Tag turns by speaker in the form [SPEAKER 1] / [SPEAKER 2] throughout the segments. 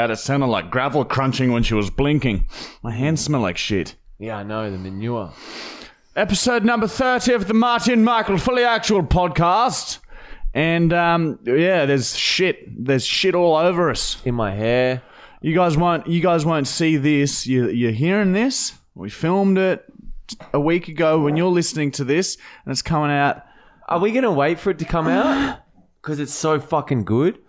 [SPEAKER 1] That it sounded like gravel crunching when she was blinking. My hands smell like shit.
[SPEAKER 2] Yeah, I know, the manure.
[SPEAKER 1] Episode number 30 of the Martin Michael Fully Actual podcast. And um, yeah, there's shit. There's shit all over us.
[SPEAKER 2] In my hair.
[SPEAKER 1] You guys won't you guys won't see this. You you're hearing this. We filmed it a week ago when you're listening to this and it's coming out.
[SPEAKER 2] Are we going to wait for it to come out? Because it's so fucking good.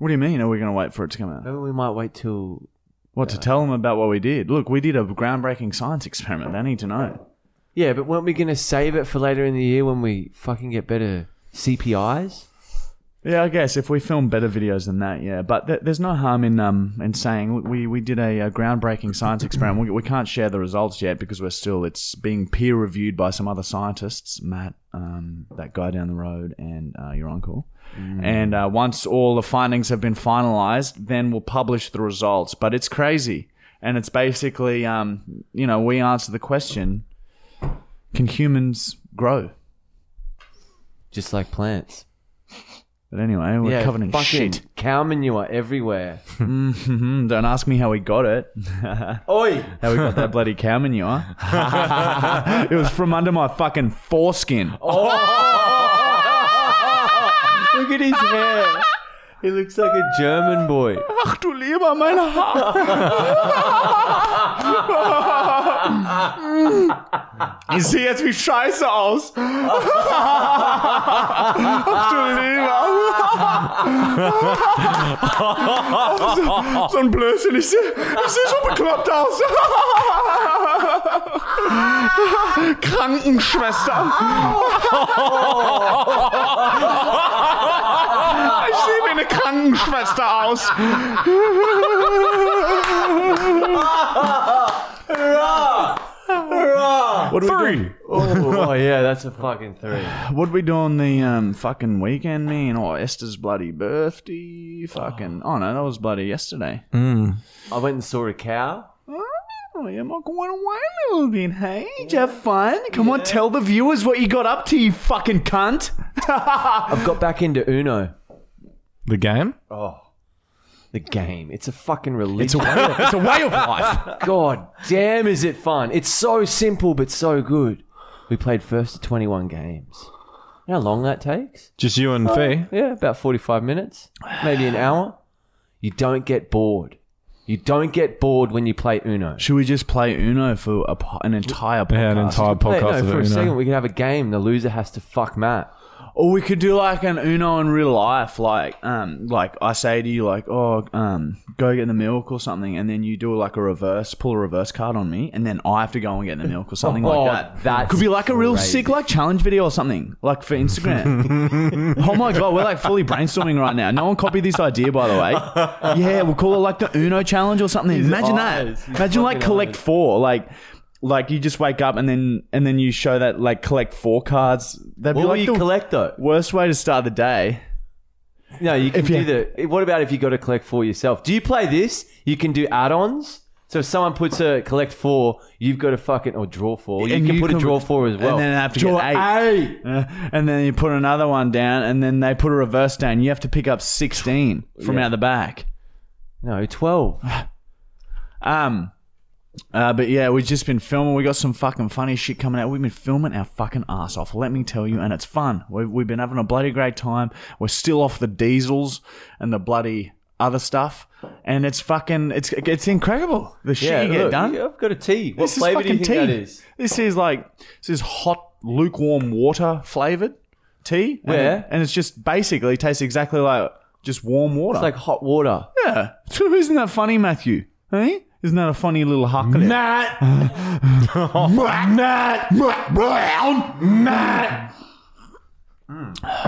[SPEAKER 1] What do you mean? Are we going to wait for it to come out?
[SPEAKER 2] Maybe we might wait till.
[SPEAKER 1] What to tell them about what we did? Look, we did a groundbreaking science experiment. They need to know.
[SPEAKER 2] Yeah, but weren't we going to save it for later in the year when we fucking get better CPIs?
[SPEAKER 1] Yeah, I guess if we film better videos than that, yeah. But th- there's no harm in um in saying "Look, we we did a, uh groundbreaking science experiment. We, we can't share the results yet because we're still it's being peer reviewed by some other scientists, Matt, um, that guy down the road, and uh, your uncle. And uh, once all the findings have been finalized, then we'll publish the results. But it's crazy, and it's basically um you know we answer the question: Can humans grow?
[SPEAKER 2] Just like plants.
[SPEAKER 1] But anyway, we're
[SPEAKER 2] yeah,
[SPEAKER 1] covered in
[SPEAKER 2] fucking
[SPEAKER 1] shit.
[SPEAKER 2] cow manure everywhere.
[SPEAKER 1] hmm Don't ask me how we got it.
[SPEAKER 2] Oi!
[SPEAKER 1] How we got that bloody cow manure. it was from under my fucking foreskin.
[SPEAKER 2] Look at his hair. He looks like a German boy.
[SPEAKER 1] Ach du lieber mein Haar. ich sehe jetzt wie scheiße aus. Ach du lieber. so, so ein Blödsinn. Ich sehe ich seh so bekloppt aus. Krankenschwester. Ich sehe wie eine Krankenschwester aus. What do we do?
[SPEAKER 2] Oh, oh, yeah, that's a fucking three.
[SPEAKER 1] What we do on the um, fucking weekend, man? Oh, Esther's bloody birthday. Fucking. Oh, no, that was bloody yesterday.
[SPEAKER 3] Mm.
[SPEAKER 2] I went and saw a cow.
[SPEAKER 1] Oh, yeah, Mark went away a little bit, hey? Did you have fun? Come on, tell the viewers what you got up to, you fucking cunt.
[SPEAKER 2] I've got back into Uno.
[SPEAKER 3] The game?
[SPEAKER 2] Oh, the game. It's a fucking religion.
[SPEAKER 3] it's a way of life.
[SPEAKER 2] God damn, is it fun? It's so simple but so good. We played first to 21 games. You know how long that takes?
[SPEAKER 3] Just you and Fee.
[SPEAKER 2] Yeah, about 45 minutes, maybe an hour. You don't get bored. You don't get bored when you play Uno.
[SPEAKER 1] Should we just play Uno for a, po- an entire podcast?
[SPEAKER 3] Yeah, an entire
[SPEAKER 2] Wait,
[SPEAKER 3] podcast
[SPEAKER 2] no,
[SPEAKER 3] of
[SPEAKER 2] for a
[SPEAKER 3] it. you
[SPEAKER 2] second,
[SPEAKER 3] know.
[SPEAKER 2] we could have a game. The loser has to fuck Matt.
[SPEAKER 1] Or we could do like an Uno in real life, like um, like I say to you, like oh, um, go get the milk or something, and then you do like a reverse, pull a reverse card on me, and then I have to go and get the milk or something
[SPEAKER 2] Oh,
[SPEAKER 1] like that.
[SPEAKER 2] that's
[SPEAKER 1] could be like a real
[SPEAKER 2] crazy.
[SPEAKER 1] sick like challenge video or something, like for Instagram. oh my god, we're like fully brainstorming right now. No one copied this idea, by the way. Yeah, we'll call it like the Uno challenge or something. Imagine
[SPEAKER 2] eyes,
[SPEAKER 1] that.
[SPEAKER 2] his
[SPEAKER 1] Imagine like
[SPEAKER 2] fucking
[SPEAKER 1] collect
[SPEAKER 2] eyes.
[SPEAKER 1] four, like. Like you just wake up and then and then you show that like collect four cards. That'd be
[SPEAKER 2] What will
[SPEAKER 1] like
[SPEAKER 2] you
[SPEAKER 1] the-
[SPEAKER 2] collect though?
[SPEAKER 1] Worst way to start the day.
[SPEAKER 2] No, you can
[SPEAKER 1] If you-
[SPEAKER 2] do the. What about if you got to collect four yourself? Do you play this? You can do add-ons. So if someone puts a collect four, you've got to fucking or draw four. You
[SPEAKER 1] And
[SPEAKER 2] can
[SPEAKER 1] you
[SPEAKER 2] put
[SPEAKER 1] can-
[SPEAKER 2] a draw four as well.
[SPEAKER 1] and then have to
[SPEAKER 2] draw
[SPEAKER 1] get
[SPEAKER 2] eight.
[SPEAKER 1] Uh, and then you put another one down, and then they put a reverse down. You have to pick up 16 from out the back.
[SPEAKER 2] No, twelve.
[SPEAKER 1] Um, uh, but yeah, we've just been filming. We got some fucking funny shit coming out. We've been filming our fucking ass off, let me tell you, and it's fun. We've, we've been having a bloody great time. We're still off the diesels and the bloody other stuff, and it's fucking, it's it's incredible the shit you get
[SPEAKER 2] look,
[SPEAKER 1] done.
[SPEAKER 2] I've got a tea. What
[SPEAKER 1] This is
[SPEAKER 2] flavor
[SPEAKER 1] fucking
[SPEAKER 2] do you think
[SPEAKER 1] tea.
[SPEAKER 2] that is?
[SPEAKER 1] This is like this is hot lukewarm water flavored tea. And-
[SPEAKER 2] Yeah.
[SPEAKER 1] and it's just basically tastes exactly like just warm water.
[SPEAKER 2] It's like hot water.
[SPEAKER 1] yeah, So isn't that funny, Matthew? Hey, isn't that a funny little huck?
[SPEAKER 3] Matt! Matt! Matt Brown! Matt!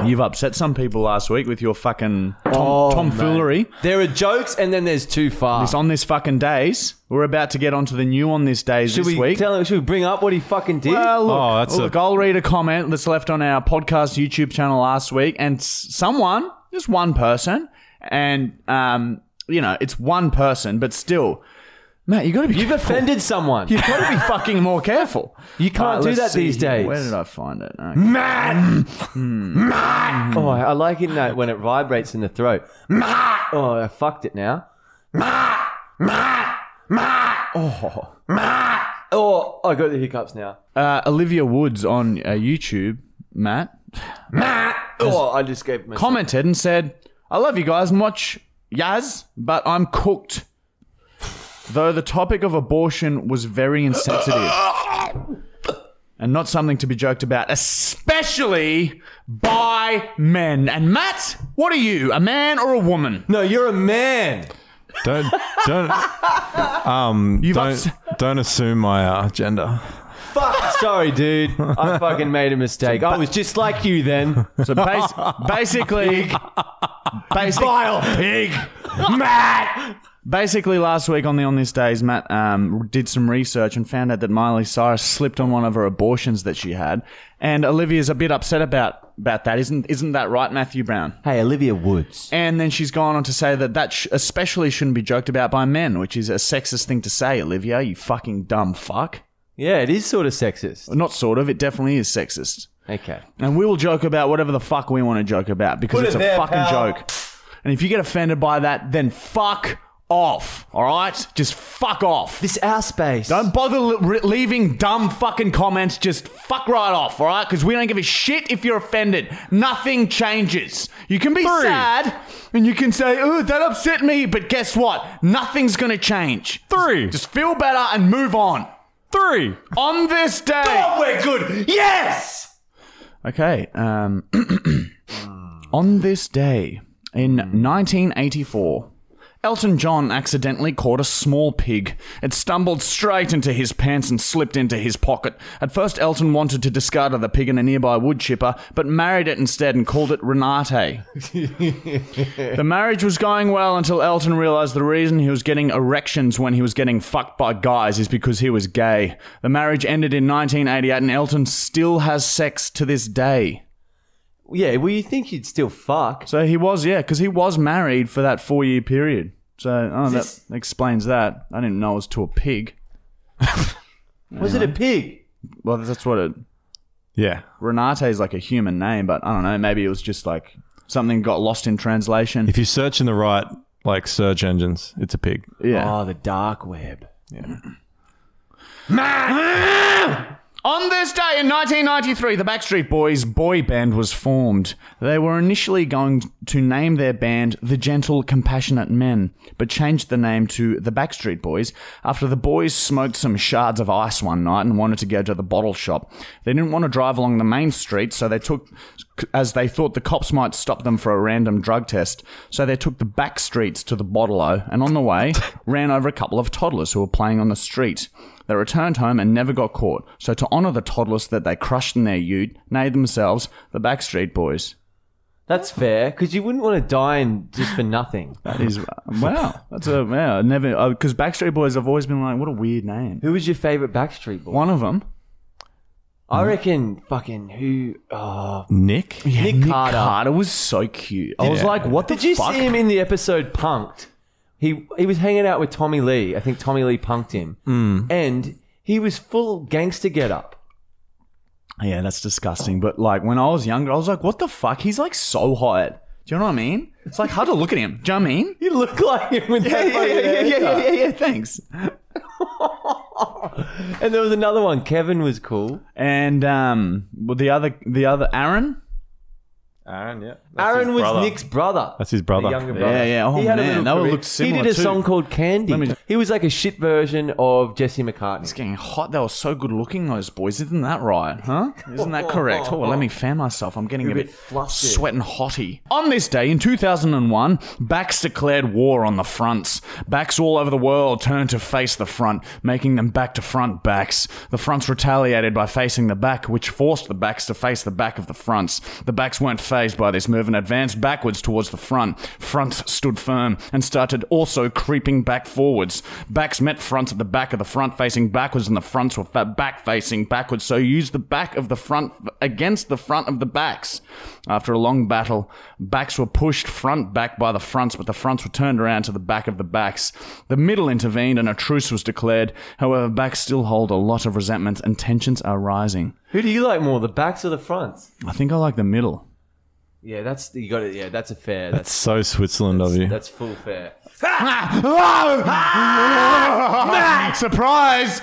[SPEAKER 1] You've upset some people last week with your fucking tom-
[SPEAKER 2] Oh,
[SPEAKER 1] tomfoolery.
[SPEAKER 2] There are jokes, and then there's too far.
[SPEAKER 1] It's on this fucking days. We're about to get onto the new on this days
[SPEAKER 2] Should
[SPEAKER 1] this
[SPEAKER 2] we
[SPEAKER 1] week.
[SPEAKER 2] tell him? Should we bring up what he fucking did?
[SPEAKER 1] Uh, look,
[SPEAKER 3] Oh, that's
[SPEAKER 1] look, I'll read a comment that's left on our podcast YouTube channel last week, and s- someone, just one person, and um, you know, it's one person, but still, Matt, you got to be,
[SPEAKER 2] You've offended someone.
[SPEAKER 1] you got to be fucking more careful.
[SPEAKER 2] You can't do
[SPEAKER 1] let's
[SPEAKER 2] that
[SPEAKER 1] see
[SPEAKER 2] these
[SPEAKER 1] here.
[SPEAKER 2] days.
[SPEAKER 1] Where did I find it? Okay.
[SPEAKER 2] Oh, I I like it that when it vibrates in the throat. Oh, I fucked it now. Oh, I got the hiccups now.
[SPEAKER 1] Uh, Olivia Woods on uh, YouTube, Matt,
[SPEAKER 2] Oh, I just gave myself.
[SPEAKER 1] commented and said, I love you guys and watch Yaz, but I'm cooked. Though the topic of abortion was very insensitive and not something to be joked about, especially by men. And Matt, what are you, a man or a woman?
[SPEAKER 2] No, you're a man.
[SPEAKER 3] Don't don't um
[SPEAKER 1] You've
[SPEAKER 3] don't
[SPEAKER 1] upset-
[SPEAKER 3] don't assume my uh, gender.
[SPEAKER 2] Fuck. Sorry, dude. I fucking made a mistake. I was just like you then.
[SPEAKER 1] So bas- basically, basic-
[SPEAKER 2] pig. Matt.
[SPEAKER 1] Basically, last week on the On This Days, Matt um, did some research and found out that Miley Cyrus slipped on one of her abortions that she had, and Olivia's a bit upset about about that. Isn't isn't that right, Matthew Brown?
[SPEAKER 2] Hey, Olivia Woods.
[SPEAKER 1] And then she's gone on to say that that sh- especially shouldn't be joked about by men, which is a sexist thing to say, Olivia. You fucking dumb fuck.
[SPEAKER 2] Yeah, it is sort of sexist.
[SPEAKER 1] Not sort of. It definitely is sexist.
[SPEAKER 2] Okay.
[SPEAKER 1] And we will joke about whatever the fuck we want to joke about because
[SPEAKER 2] Put
[SPEAKER 1] it's
[SPEAKER 2] it
[SPEAKER 1] a
[SPEAKER 2] there,
[SPEAKER 1] fucking
[SPEAKER 2] pal.
[SPEAKER 1] joke. And if you get offended by that, then fuck off. All right, just fuck off.
[SPEAKER 2] This our space.
[SPEAKER 1] Don't bother li- re- leaving dumb fucking comments. Just fuck right off, all right? Because we don't give a shit if you're offended. Nothing changes. You can be sad and you can say, oh, that upset me. But guess what? Nothing's going to change.
[SPEAKER 3] Three.
[SPEAKER 1] Just feel better and move on.
[SPEAKER 3] three.
[SPEAKER 1] On this day.
[SPEAKER 2] we're good. Yes.
[SPEAKER 1] Okay. Um, on this day in 1984, Elton John accidentally caught a small pig. It stumbled straight into his pants and slipped into his pocket. At first, Elton wanted to discard the pig in a nearby wood chipper, but married it instead and called it Renate. the marriage was going well until Elton realized the reason he was getting erections when he was getting fucked by guys is because he was gay. The marriage ended in 1988, and Elton still has sex to this day.
[SPEAKER 2] Yeah, well, you think you'd still fuck.
[SPEAKER 1] So he was, yeah, because he was married for that four year period. So oh,
[SPEAKER 2] This-
[SPEAKER 1] that explains that. I didn't know it was to a pig.
[SPEAKER 2] Was it a pig?
[SPEAKER 1] Well, that's what it.
[SPEAKER 3] Yeah.
[SPEAKER 1] Renate is like a human name, but I don't know. Maybe it was just like something got lost in translation.
[SPEAKER 3] If you search in the right like search engines, it's a pig.
[SPEAKER 1] yeah.
[SPEAKER 2] Oh, the dark web.
[SPEAKER 1] On this day in 1993, the Backstreet Boys boy band was formed. They were initially going to name their band The Gentle Compassionate Men, but changed the name to The Backstreet Boys after the boys smoked some shards of ice one night and wanted to go to the bottle shop. They didn't want to drive along the main street, so they took, as they thought the cops might stop them for a random drug test, so they took the back streets to the bottle-o and on the way ran over a couple of toddlers who were playing on the street. They returned home and never got caught. So to honour the toddlers that they crushed in their ute, named themselves the Backstreet Boys.
[SPEAKER 2] That's fair, because you wouldn't want to die and just for nothing.
[SPEAKER 1] That is uh, wow. That's a wow. I Never because Backstreet Boys. I've always been like, what a weird name.
[SPEAKER 2] Who was your favorite Backstreet Boy?
[SPEAKER 1] One of them,
[SPEAKER 2] I reckon fucking who? Oh,
[SPEAKER 3] Nick?
[SPEAKER 2] Nick, Carter.
[SPEAKER 1] Carter was so cute. Oh, I was
[SPEAKER 3] Yeah.
[SPEAKER 1] like, what the
[SPEAKER 2] Did you
[SPEAKER 1] fuck?
[SPEAKER 2] see him in the episode Punked? He he was hanging out with Tommy Lee. I think Tommy Lee punked him, and he was full gangster get up.
[SPEAKER 1] Yeah, that's disgusting. But like when I was younger, I was like, what the fuck? He's like so hot. Do you know what I mean? It's like hard to look at him. Do you know what I mean?
[SPEAKER 2] You look like him with that fucking haircut.
[SPEAKER 1] yeah. Thanks.
[SPEAKER 2] And there was another one. Kevin was cool.
[SPEAKER 1] And um, well, the other, the other Aaron.
[SPEAKER 3] Aaron, yeah.
[SPEAKER 4] That's his
[SPEAKER 2] Aaron was
[SPEAKER 4] brother.
[SPEAKER 2] Nick's brother.
[SPEAKER 3] That's his brother.
[SPEAKER 4] The younger brother.
[SPEAKER 1] Yeah, yeah. Oh
[SPEAKER 2] He had a
[SPEAKER 1] man,
[SPEAKER 2] little
[SPEAKER 1] that would
[SPEAKER 2] career.
[SPEAKER 1] look similar.
[SPEAKER 2] He did a
[SPEAKER 1] too.
[SPEAKER 2] song called Candy.
[SPEAKER 1] me-
[SPEAKER 2] He was like a shit version of Jesse
[SPEAKER 1] It's
[SPEAKER 2] McCartney.
[SPEAKER 1] getting hot. They were so good looking, those boys. Isn't that right? Huh? Isn't that correct? Oh, let me fan myself. I'm getting a
[SPEAKER 2] bit
[SPEAKER 1] bit
[SPEAKER 2] flustered.
[SPEAKER 1] sweating hotty. On this day in 2001, Bax declared war on the fronts. Backs all over the world turned to face the front, making them back to front backs. The fronts retaliated by facing the back, which forced the backs to face the back of the fronts. The backs weren't phased by this move and advanced backwards towards the front. Fronts stood firm and started also creeping back forwards. Backs met fronts at the back of the front facing backwards, and the fronts were fa- back facing backwards, so used the back of the front against the front of the backs. After a long battle, backs were pushed front back by the fronts, but the fronts were turned around to the back of the backs. The middle intervened and a truce was declared. However, backs still hold a lot of resentment and tensions are rising.
[SPEAKER 2] Who do you like more, the backs or the fronts?
[SPEAKER 1] I think I like the middle.
[SPEAKER 2] Yeah, that's you got it. Yeah, that's a fair.
[SPEAKER 3] It's
[SPEAKER 2] That's
[SPEAKER 3] so Switzerland of you.
[SPEAKER 2] that's full fair.
[SPEAKER 1] Ah! Surprise!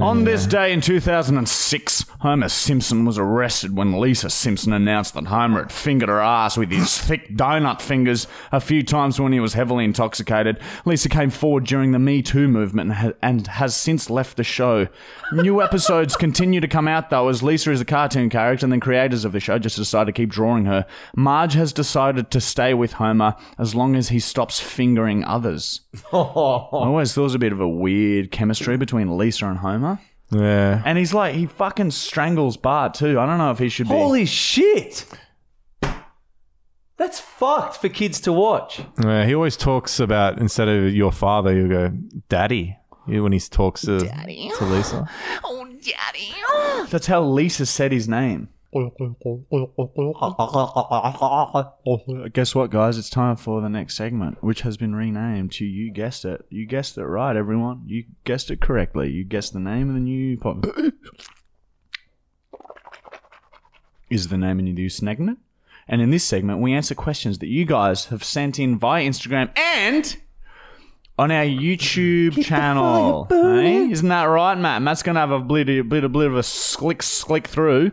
[SPEAKER 1] On this day in 2006, Homer Simpson was arrested when Lisa Simpson announced that Homer had fingered her ass with his thick donut fingers a few times when he was heavily intoxicated. Lisa came forward during the Me Too movement and ha- and has since left the show. New episodes continue to come out though, as Lisa is a cartoon character and the creators of the show just decided to keep drawing her. Marge has decided to stay with Homer as long as he stops fingering others. I always thought it was a bit of a weird chemistry between Lisa and Homer.
[SPEAKER 3] yeah.
[SPEAKER 1] And he's like, he fucking strangles Bart too. I don't know if he should be.
[SPEAKER 2] Holy shit! That's fucked for kids to watch.
[SPEAKER 3] Yeah, he always talks about instead of your father, he'll go daddy Yeah, when he talks to, to Lisa.
[SPEAKER 1] That's how Lisa said his name. Guess what, guys? It's time for the next segment, which has been renamed to You Guessed It. You guessed it right, everyone. You guessed it correctly. You guessed the name of the new pop. Is the name of the new segment? And in this segment, we answer questions that you guys have sent in via Instagram and on our YouTube channel. eh? Isn't that right, Matt? Matt's gonna have a bit, a bit, a bit of a slick, slick through.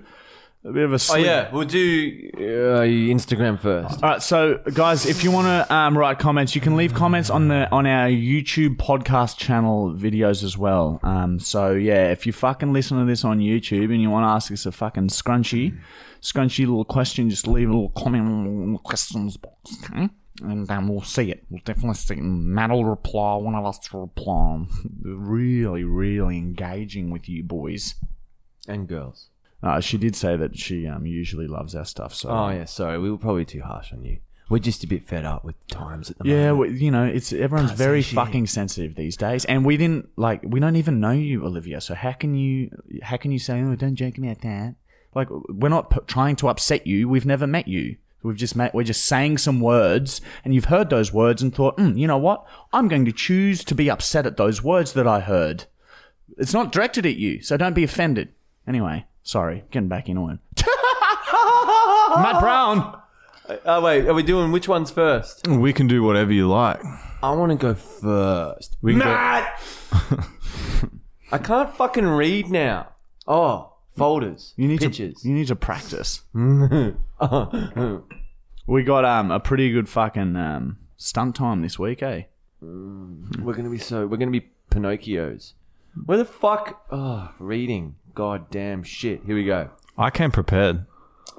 [SPEAKER 1] A bit of a
[SPEAKER 2] Oh
[SPEAKER 1] slick.
[SPEAKER 2] yeah, we'll do uh, Instagram first.
[SPEAKER 1] All right, so guys, if you want to um, write comments, you can leave comments on the on our YouTube podcast channel videos as well. Um, so yeah, if you fucking listen to this on YouTube and you want to ask us a fucking scrunchy, scrunchy little question, just leave a little comment in the questions box, okay? And um, we'll see it. We'll definitely see it. Matt will reply. One of us will reply. really, really engaging with you boys.
[SPEAKER 2] And girls.
[SPEAKER 1] Uh, she did say that she um, usually loves our stuff. So
[SPEAKER 2] Oh yeah, sorry, we were probably too harsh on you. We're just a bit fed up with the times at the
[SPEAKER 1] Yeah,
[SPEAKER 2] moment.
[SPEAKER 1] we, you know, it's everyone's very fucking sensitive these days, and we didn't like we don't even know you, Olivia. So how can you how can you say oh don't joke about that? Like we're not p- trying to upset you. We've never met you. We've just met. We're just saying some words, and you've heard those words and thought, mm, you know what? I'm going to choose to be upset at those words that I heard. It's not directed at you, so don't be offended. Anyway, sorry, getting back in on. Matt Brown.
[SPEAKER 2] Oh wait, are we doing which one's first?
[SPEAKER 3] We can do whatever you like.
[SPEAKER 2] I want to go first.
[SPEAKER 3] We can go-
[SPEAKER 2] Matt. I can't fucking read now. Oh, folders.
[SPEAKER 1] You need
[SPEAKER 2] pictures.
[SPEAKER 1] to you need to practice. we got um a pretty good fucking um stunt time this week, eh?
[SPEAKER 2] We're gonna be so. We're gonna be Pinocchios. Where the fuck? Oh, reading. God damn shit. Here we go.
[SPEAKER 3] I came prepared.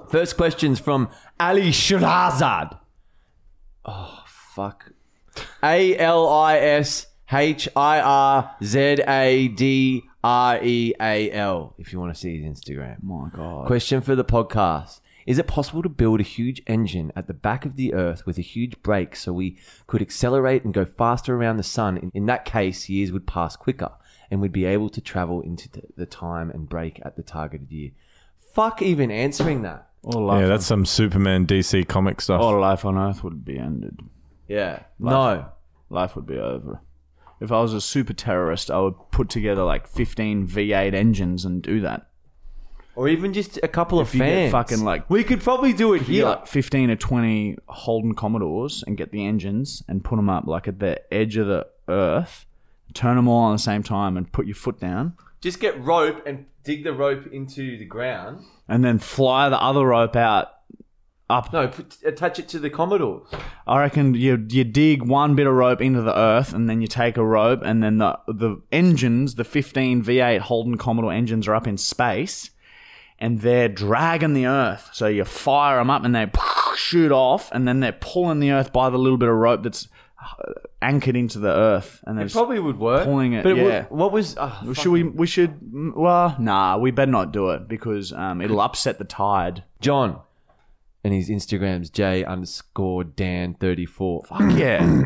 [SPEAKER 2] First question's from Ali Shirazad. Oh fuck. A L I S H I R Z A D R E A L. If you want to see his Instagram.
[SPEAKER 1] My God.
[SPEAKER 2] Question for the podcast. Is it possible to build a huge engine at the back of the Earth with a huge brake so we could accelerate and go faster around the sun? In, in that case, years would pass quicker and we'd be able to travel into the, the time and break at the targeted year. Fuck even answering that.
[SPEAKER 1] All
[SPEAKER 3] Yeah,
[SPEAKER 1] life,
[SPEAKER 3] that's some Superman DC comic stuff.
[SPEAKER 1] all life on Earth would be ended.
[SPEAKER 2] Yeah. No.
[SPEAKER 1] Life would be over. If I was a super terrorist, I would put together like fifteen V8 engines and do that.
[SPEAKER 2] Or even just a couple
[SPEAKER 1] If
[SPEAKER 2] of
[SPEAKER 1] you get
[SPEAKER 2] fans.
[SPEAKER 1] fucking, like-
[SPEAKER 2] we could probably do it
[SPEAKER 1] You
[SPEAKER 2] here.
[SPEAKER 1] get like fifteen or twenty Holden Commodores and get the engines and put them up like at the edge of the Earth, turn them all on the same time and put your foot down.
[SPEAKER 2] Just get rope and dig the rope into the ground.
[SPEAKER 1] and then fly the other rope out up.
[SPEAKER 2] No, put, attach it to the Commodores.
[SPEAKER 1] I reckon you you dig one bit of rope into the earth, and then you take a rope, and then the the engines, the 15 V8 Holden Commodore engines, are up in space, and they're dragging the earth. So you fire them up, and they shoot off, and then they're pulling the earth by the little bit of rope that's uh, anchored into the earth, and they're
[SPEAKER 2] It
[SPEAKER 1] just
[SPEAKER 2] probably would work.
[SPEAKER 1] pulling it,
[SPEAKER 2] But wa-
[SPEAKER 1] yeah.
[SPEAKER 2] what was? Oh,
[SPEAKER 1] Should we? We should. mm, Well, nah. We better not do it because um, it'll upset the tide.
[SPEAKER 2] John, and his Instagram's J underscore Dan thirty four.
[SPEAKER 1] Fuck yeah.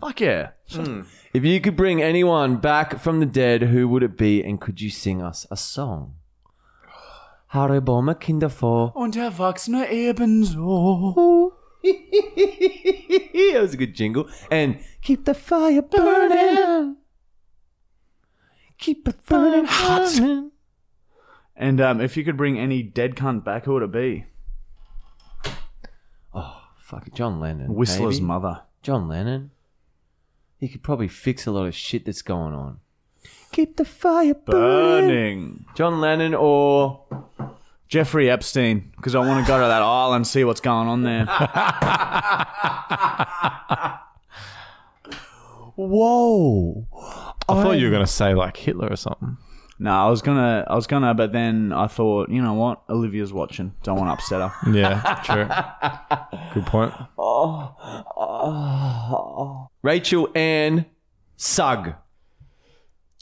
[SPEAKER 1] Fuck yeah.
[SPEAKER 2] If you could bring anyone back from the dead, who would it be, and could you sing us a song? Hariboma Kinderfor.
[SPEAKER 1] Und Erwachsene ebenso.
[SPEAKER 2] that was a good jingle. And keep the fire burning. Keep it burning hot.
[SPEAKER 1] And um, if you could bring any dead cunt back, who would it be?
[SPEAKER 2] Fuck it, John Lennon.
[SPEAKER 1] Whistler's
[SPEAKER 2] maybe.
[SPEAKER 1] mother.
[SPEAKER 2] John Lennon. He could probably fix a lot of shit that's going on. Keep the fire burning.
[SPEAKER 1] Burning.
[SPEAKER 2] John Lennon or
[SPEAKER 1] Jeffrey Epstein, because I want to go to that island and see what's going on there.
[SPEAKER 2] Whoa.
[SPEAKER 3] I thought you were going to say like Hitler or something.
[SPEAKER 1] no, I was gonna, I was gonna, but then I thought, you know what? Olivia's watching. Don't want to upset her.
[SPEAKER 3] Yeah, true. Good point.
[SPEAKER 2] uh, Rachel Ann Sugg.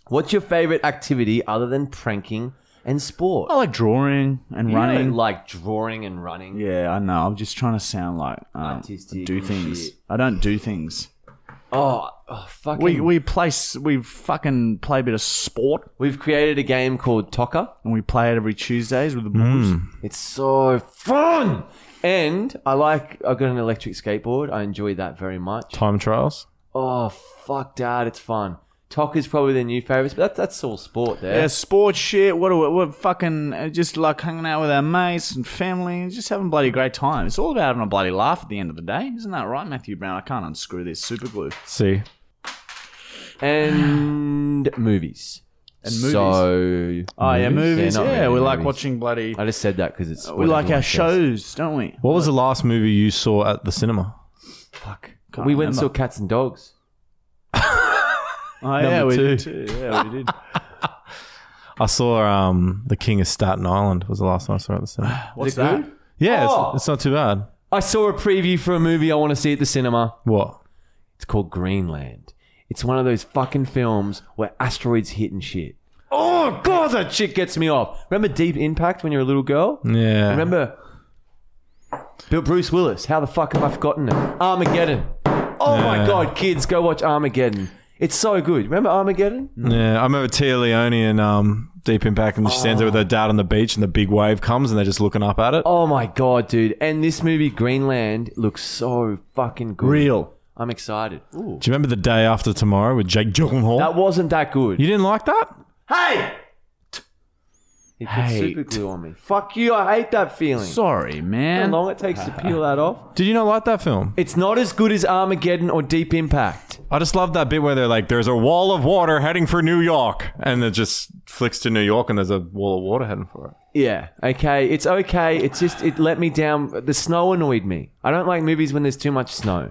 [SPEAKER 2] What's your favorite activity other than pranking and sport?
[SPEAKER 1] I like drawing and
[SPEAKER 2] You know,
[SPEAKER 1] Oh, running.
[SPEAKER 2] like drawing and running.
[SPEAKER 1] yeah, I know. I'm just trying to sound like um,
[SPEAKER 2] Artistic
[SPEAKER 1] do
[SPEAKER 2] and
[SPEAKER 1] things.
[SPEAKER 2] shit.
[SPEAKER 1] I don't do things.
[SPEAKER 2] Oh, oh fucking.
[SPEAKER 1] We
[SPEAKER 2] We,
[SPEAKER 1] we play s- we fucking play a bit of sport
[SPEAKER 2] have created a game called Tocker.
[SPEAKER 1] and we play it every Tuesdays with the boys.
[SPEAKER 2] It's so fun. And I like, I got an electric skateboard. I enjoy that very much.
[SPEAKER 3] Time trials.
[SPEAKER 2] Oh, fuck, Dad, it's fun. Tocker's probably their new favorite, but that, that's all sport there.
[SPEAKER 1] Yeah, sports shit. What do we, we're fucking uh, just like hanging out with our mates and family and just having a bloody great time. It's all about having a bloody laugh at the end of the day. Isn't that right, Matthew Brown? I can't unscrew this super glue.
[SPEAKER 3] See,
[SPEAKER 2] And movies.
[SPEAKER 1] And movies.
[SPEAKER 2] So,
[SPEAKER 1] Oh, yeah, movies.
[SPEAKER 2] not
[SPEAKER 1] Yeah,
[SPEAKER 2] really
[SPEAKER 1] we like
[SPEAKER 2] movies.
[SPEAKER 1] watching bloody.
[SPEAKER 2] I just said that because it's.
[SPEAKER 1] We
[SPEAKER 2] what
[SPEAKER 1] like
[SPEAKER 2] everyone
[SPEAKER 1] our
[SPEAKER 2] says.
[SPEAKER 1] shows, don't we?
[SPEAKER 3] what was the last movie you saw at the cinema?
[SPEAKER 2] Fuck.
[SPEAKER 1] Can't
[SPEAKER 2] we went and saw
[SPEAKER 1] remember.
[SPEAKER 2] Cats and Dogs.
[SPEAKER 1] Oh, yeah,
[SPEAKER 3] Number
[SPEAKER 1] we did.
[SPEAKER 3] two.
[SPEAKER 1] too. Yeah, we did.
[SPEAKER 3] I saw um, The King of Staten Island was the last time I saw it at the cinema.
[SPEAKER 1] What's
[SPEAKER 2] it
[SPEAKER 1] that?
[SPEAKER 2] good?
[SPEAKER 3] Yeah,
[SPEAKER 2] Oh.
[SPEAKER 3] it's, it's not too bad.
[SPEAKER 2] I saw a preview for a movie I want to see at the cinema.
[SPEAKER 3] What?
[SPEAKER 2] It's called Greenland. It's one of those fucking films where asteroids hit and shit. Oh god, that shit gets me off. Remember Deep Impact when you were a little girl?
[SPEAKER 3] Yeah.
[SPEAKER 2] Remember Bill Bruce Willis? How the fuck have I forgotten it? Armageddon. Oh my
[SPEAKER 3] Yeah.
[SPEAKER 2] god, kids, go watch Armageddon. It's so good. Remember Armageddon?
[SPEAKER 3] Yeah, I remember Tia Leone and um, Deep Impact, and she stands there with her dad on the beach, and the big wave comes, and they're just looking up at it.
[SPEAKER 2] Oh my god, dude! And this movie Greenland looks so fucking good.
[SPEAKER 1] Real.
[SPEAKER 2] I'm excited. Ooh.
[SPEAKER 3] Do you remember the day after tomorrow with Jake Gyllenhaal?
[SPEAKER 2] That wasn't that good.
[SPEAKER 3] you didn't like that?
[SPEAKER 2] hey! He put
[SPEAKER 1] Hate.
[SPEAKER 2] super glue on me. Fuck you! I hate that feeling.
[SPEAKER 1] Sorry,
[SPEAKER 2] how
[SPEAKER 1] man.
[SPEAKER 2] long it takes to peel that off.
[SPEAKER 3] Did you not like that film?
[SPEAKER 2] It's not as good as Armageddon or Deep Impact.
[SPEAKER 3] I just love that bit where they're like, "There's a wall of water heading for New York," and it just flicks to New York, and there's a wall of water heading for it.
[SPEAKER 2] Yeah. Okay. It's okay. It's just it let me down. The snow annoyed me. I don't like movies when there's too much snow.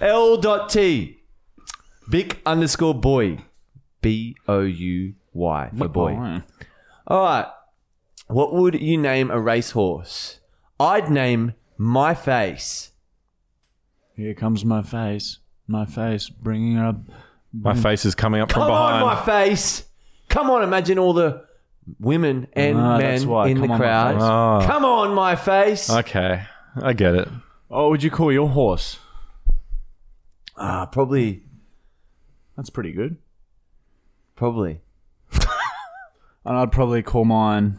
[SPEAKER 2] L dot T. Bic underscore boy. B O U Y for
[SPEAKER 1] Oh,
[SPEAKER 2] boy. All right. What would you name a racehorse? I'd name my face.
[SPEAKER 1] Here comes my face. My face bringing up.
[SPEAKER 3] My face is coming up from
[SPEAKER 2] Mm. Come
[SPEAKER 3] behind.
[SPEAKER 2] on, my face. Come on, imagine all the women and
[SPEAKER 1] Ah, that's
[SPEAKER 2] men
[SPEAKER 1] why.
[SPEAKER 2] in
[SPEAKER 1] Come
[SPEAKER 2] the
[SPEAKER 1] on, my
[SPEAKER 2] crowd.
[SPEAKER 3] face. Ah.
[SPEAKER 2] Come on, my face.
[SPEAKER 3] okay, I get it.
[SPEAKER 1] Oh, what would you call your horse?
[SPEAKER 2] Ah, probably,
[SPEAKER 1] That's pretty good.
[SPEAKER 2] probably.
[SPEAKER 1] And I'd probably call mine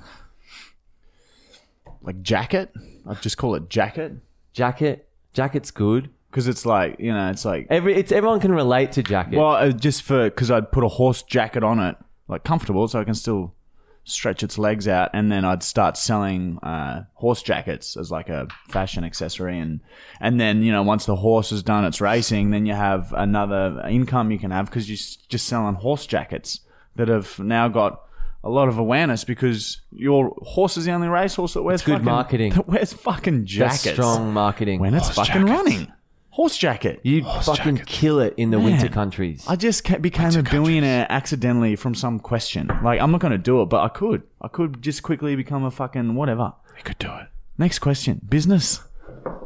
[SPEAKER 1] like jacket. I'd just call it jacket
[SPEAKER 2] Jacket. Jacket's good.
[SPEAKER 1] because it's like you know, it's like
[SPEAKER 2] Every it's everyone can relate to jacket.
[SPEAKER 1] well, uh, just for because I'd put a horse jacket on it, like comfortable, so I can still stretch its legs out, and then I'd start selling uh, horse jackets as like a fashion accessory, and and then you know once the horse is done its racing, then you have another income you can have because you're s- just selling horse jackets that have now got a lot of awareness because your horse is the only racehorse that wears
[SPEAKER 2] good
[SPEAKER 1] fucking,
[SPEAKER 2] marketing.
[SPEAKER 1] That wears fucking jackets.
[SPEAKER 2] That's strong marketing.
[SPEAKER 1] when it's
[SPEAKER 2] Horse
[SPEAKER 1] fucking
[SPEAKER 2] jackets.
[SPEAKER 1] running. Horse jacket.
[SPEAKER 2] You fucking kill it in the winter
[SPEAKER 1] Man,
[SPEAKER 2] countries.
[SPEAKER 1] I just ca- became a billionaire accidentally from some question. Like I'm not going to do it, but I could. I could just quickly become a fucking whatever.
[SPEAKER 3] We could do it.
[SPEAKER 1] Next question. Business.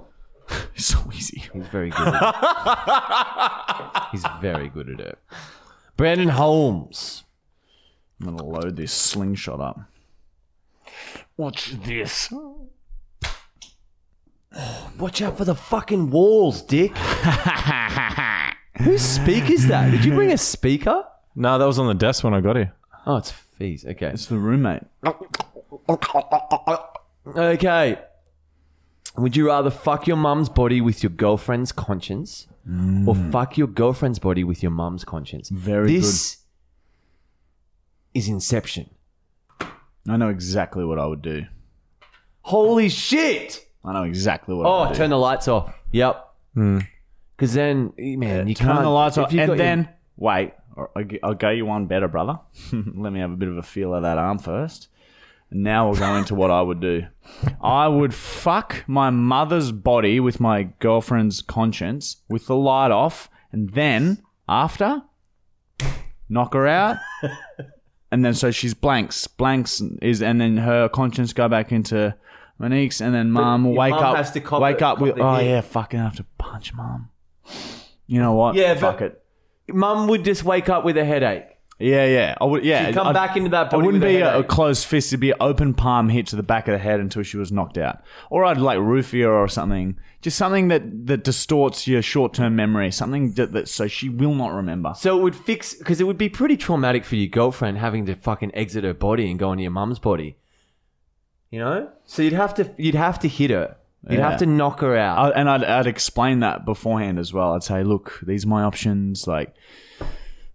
[SPEAKER 1] so easy.
[SPEAKER 2] He's very good. At it. He's very good at it. Brandon Holmes.
[SPEAKER 1] I'm going to load this slingshot up.
[SPEAKER 3] Watch this.
[SPEAKER 2] Watch out for the fucking walls, Dick. Whose speaker's that? Did you bring a speaker?
[SPEAKER 3] No, that was on the desk when I got here.
[SPEAKER 2] Oh, it's fees. Okay.
[SPEAKER 1] It's the roommate.
[SPEAKER 2] Okay. Would you rather fuck your mum's body with your girlfriend's conscience or fuck your girlfriend's body with your mum's conscience?
[SPEAKER 1] Mm. Very
[SPEAKER 2] this is Inception.
[SPEAKER 1] I know exactly what I would do.
[SPEAKER 2] Holy shit!
[SPEAKER 1] I know exactly what I
[SPEAKER 2] Oh,
[SPEAKER 1] would
[SPEAKER 2] turn the lights off. Yep. Because then, man,
[SPEAKER 1] do.
[SPEAKER 2] you
[SPEAKER 1] Mm. turn
[SPEAKER 2] can't
[SPEAKER 1] the lights
[SPEAKER 2] if
[SPEAKER 1] off.
[SPEAKER 2] you've
[SPEAKER 1] And
[SPEAKER 2] got your-
[SPEAKER 1] then, wait, Or- I'll g- I'll go you one better, brother. Let me have a bit of a feel of that arm first. Now we'll go into what I would do. I would fuck my mother's body with my girlfriend's conscience with the light off, and then after, knock her out. and then so she's blanks. Blanks is, and then her conscience go back into Monique's, and then mum
[SPEAKER 2] your
[SPEAKER 1] wake
[SPEAKER 2] mum
[SPEAKER 1] up,
[SPEAKER 2] has to cop
[SPEAKER 1] wake
[SPEAKER 2] it-
[SPEAKER 1] up
[SPEAKER 2] cop
[SPEAKER 1] with,
[SPEAKER 2] the
[SPEAKER 1] oh
[SPEAKER 2] hit."
[SPEAKER 1] yeah, fucking have to punch mum. You know what?
[SPEAKER 2] Yeah,
[SPEAKER 1] fuck
[SPEAKER 2] but-
[SPEAKER 1] it.
[SPEAKER 2] mum would just wake up with a headache.
[SPEAKER 1] Yeah, yeah. I would. Yeah,
[SPEAKER 2] She'd come
[SPEAKER 1] I'd-
[SPEAKER 2] back into that
[SPEAKER 1] It
[SPEAKER 2] body
[SPEAKER 1] wouldn't
[SPEAKER 2] with a
[SPEAKER 1] be a,
[SPEAKER 2] headache.
[SPEAKER 1] closed fist. It'd be an open palm hit to the back of the head until she was knocked out. Or I'd like roofie her or something. Just something that, that distorts your short term memory. Something that, that so she will not remember.
[SPEAKER 2] So it would fix because it would be pretty traumatic for your girlfriend having to fucking exit her body and go into your mum's body. You know, so you'd have to you'd have to hit her. You'd
[SPEAKER 1] Yeah. Uh,
[SPEAKER 2] have to knock her out.
[SPEAKER 1] I, and I'd, I'd explain that beforehand as well. I'd say, look, these are my options. Like,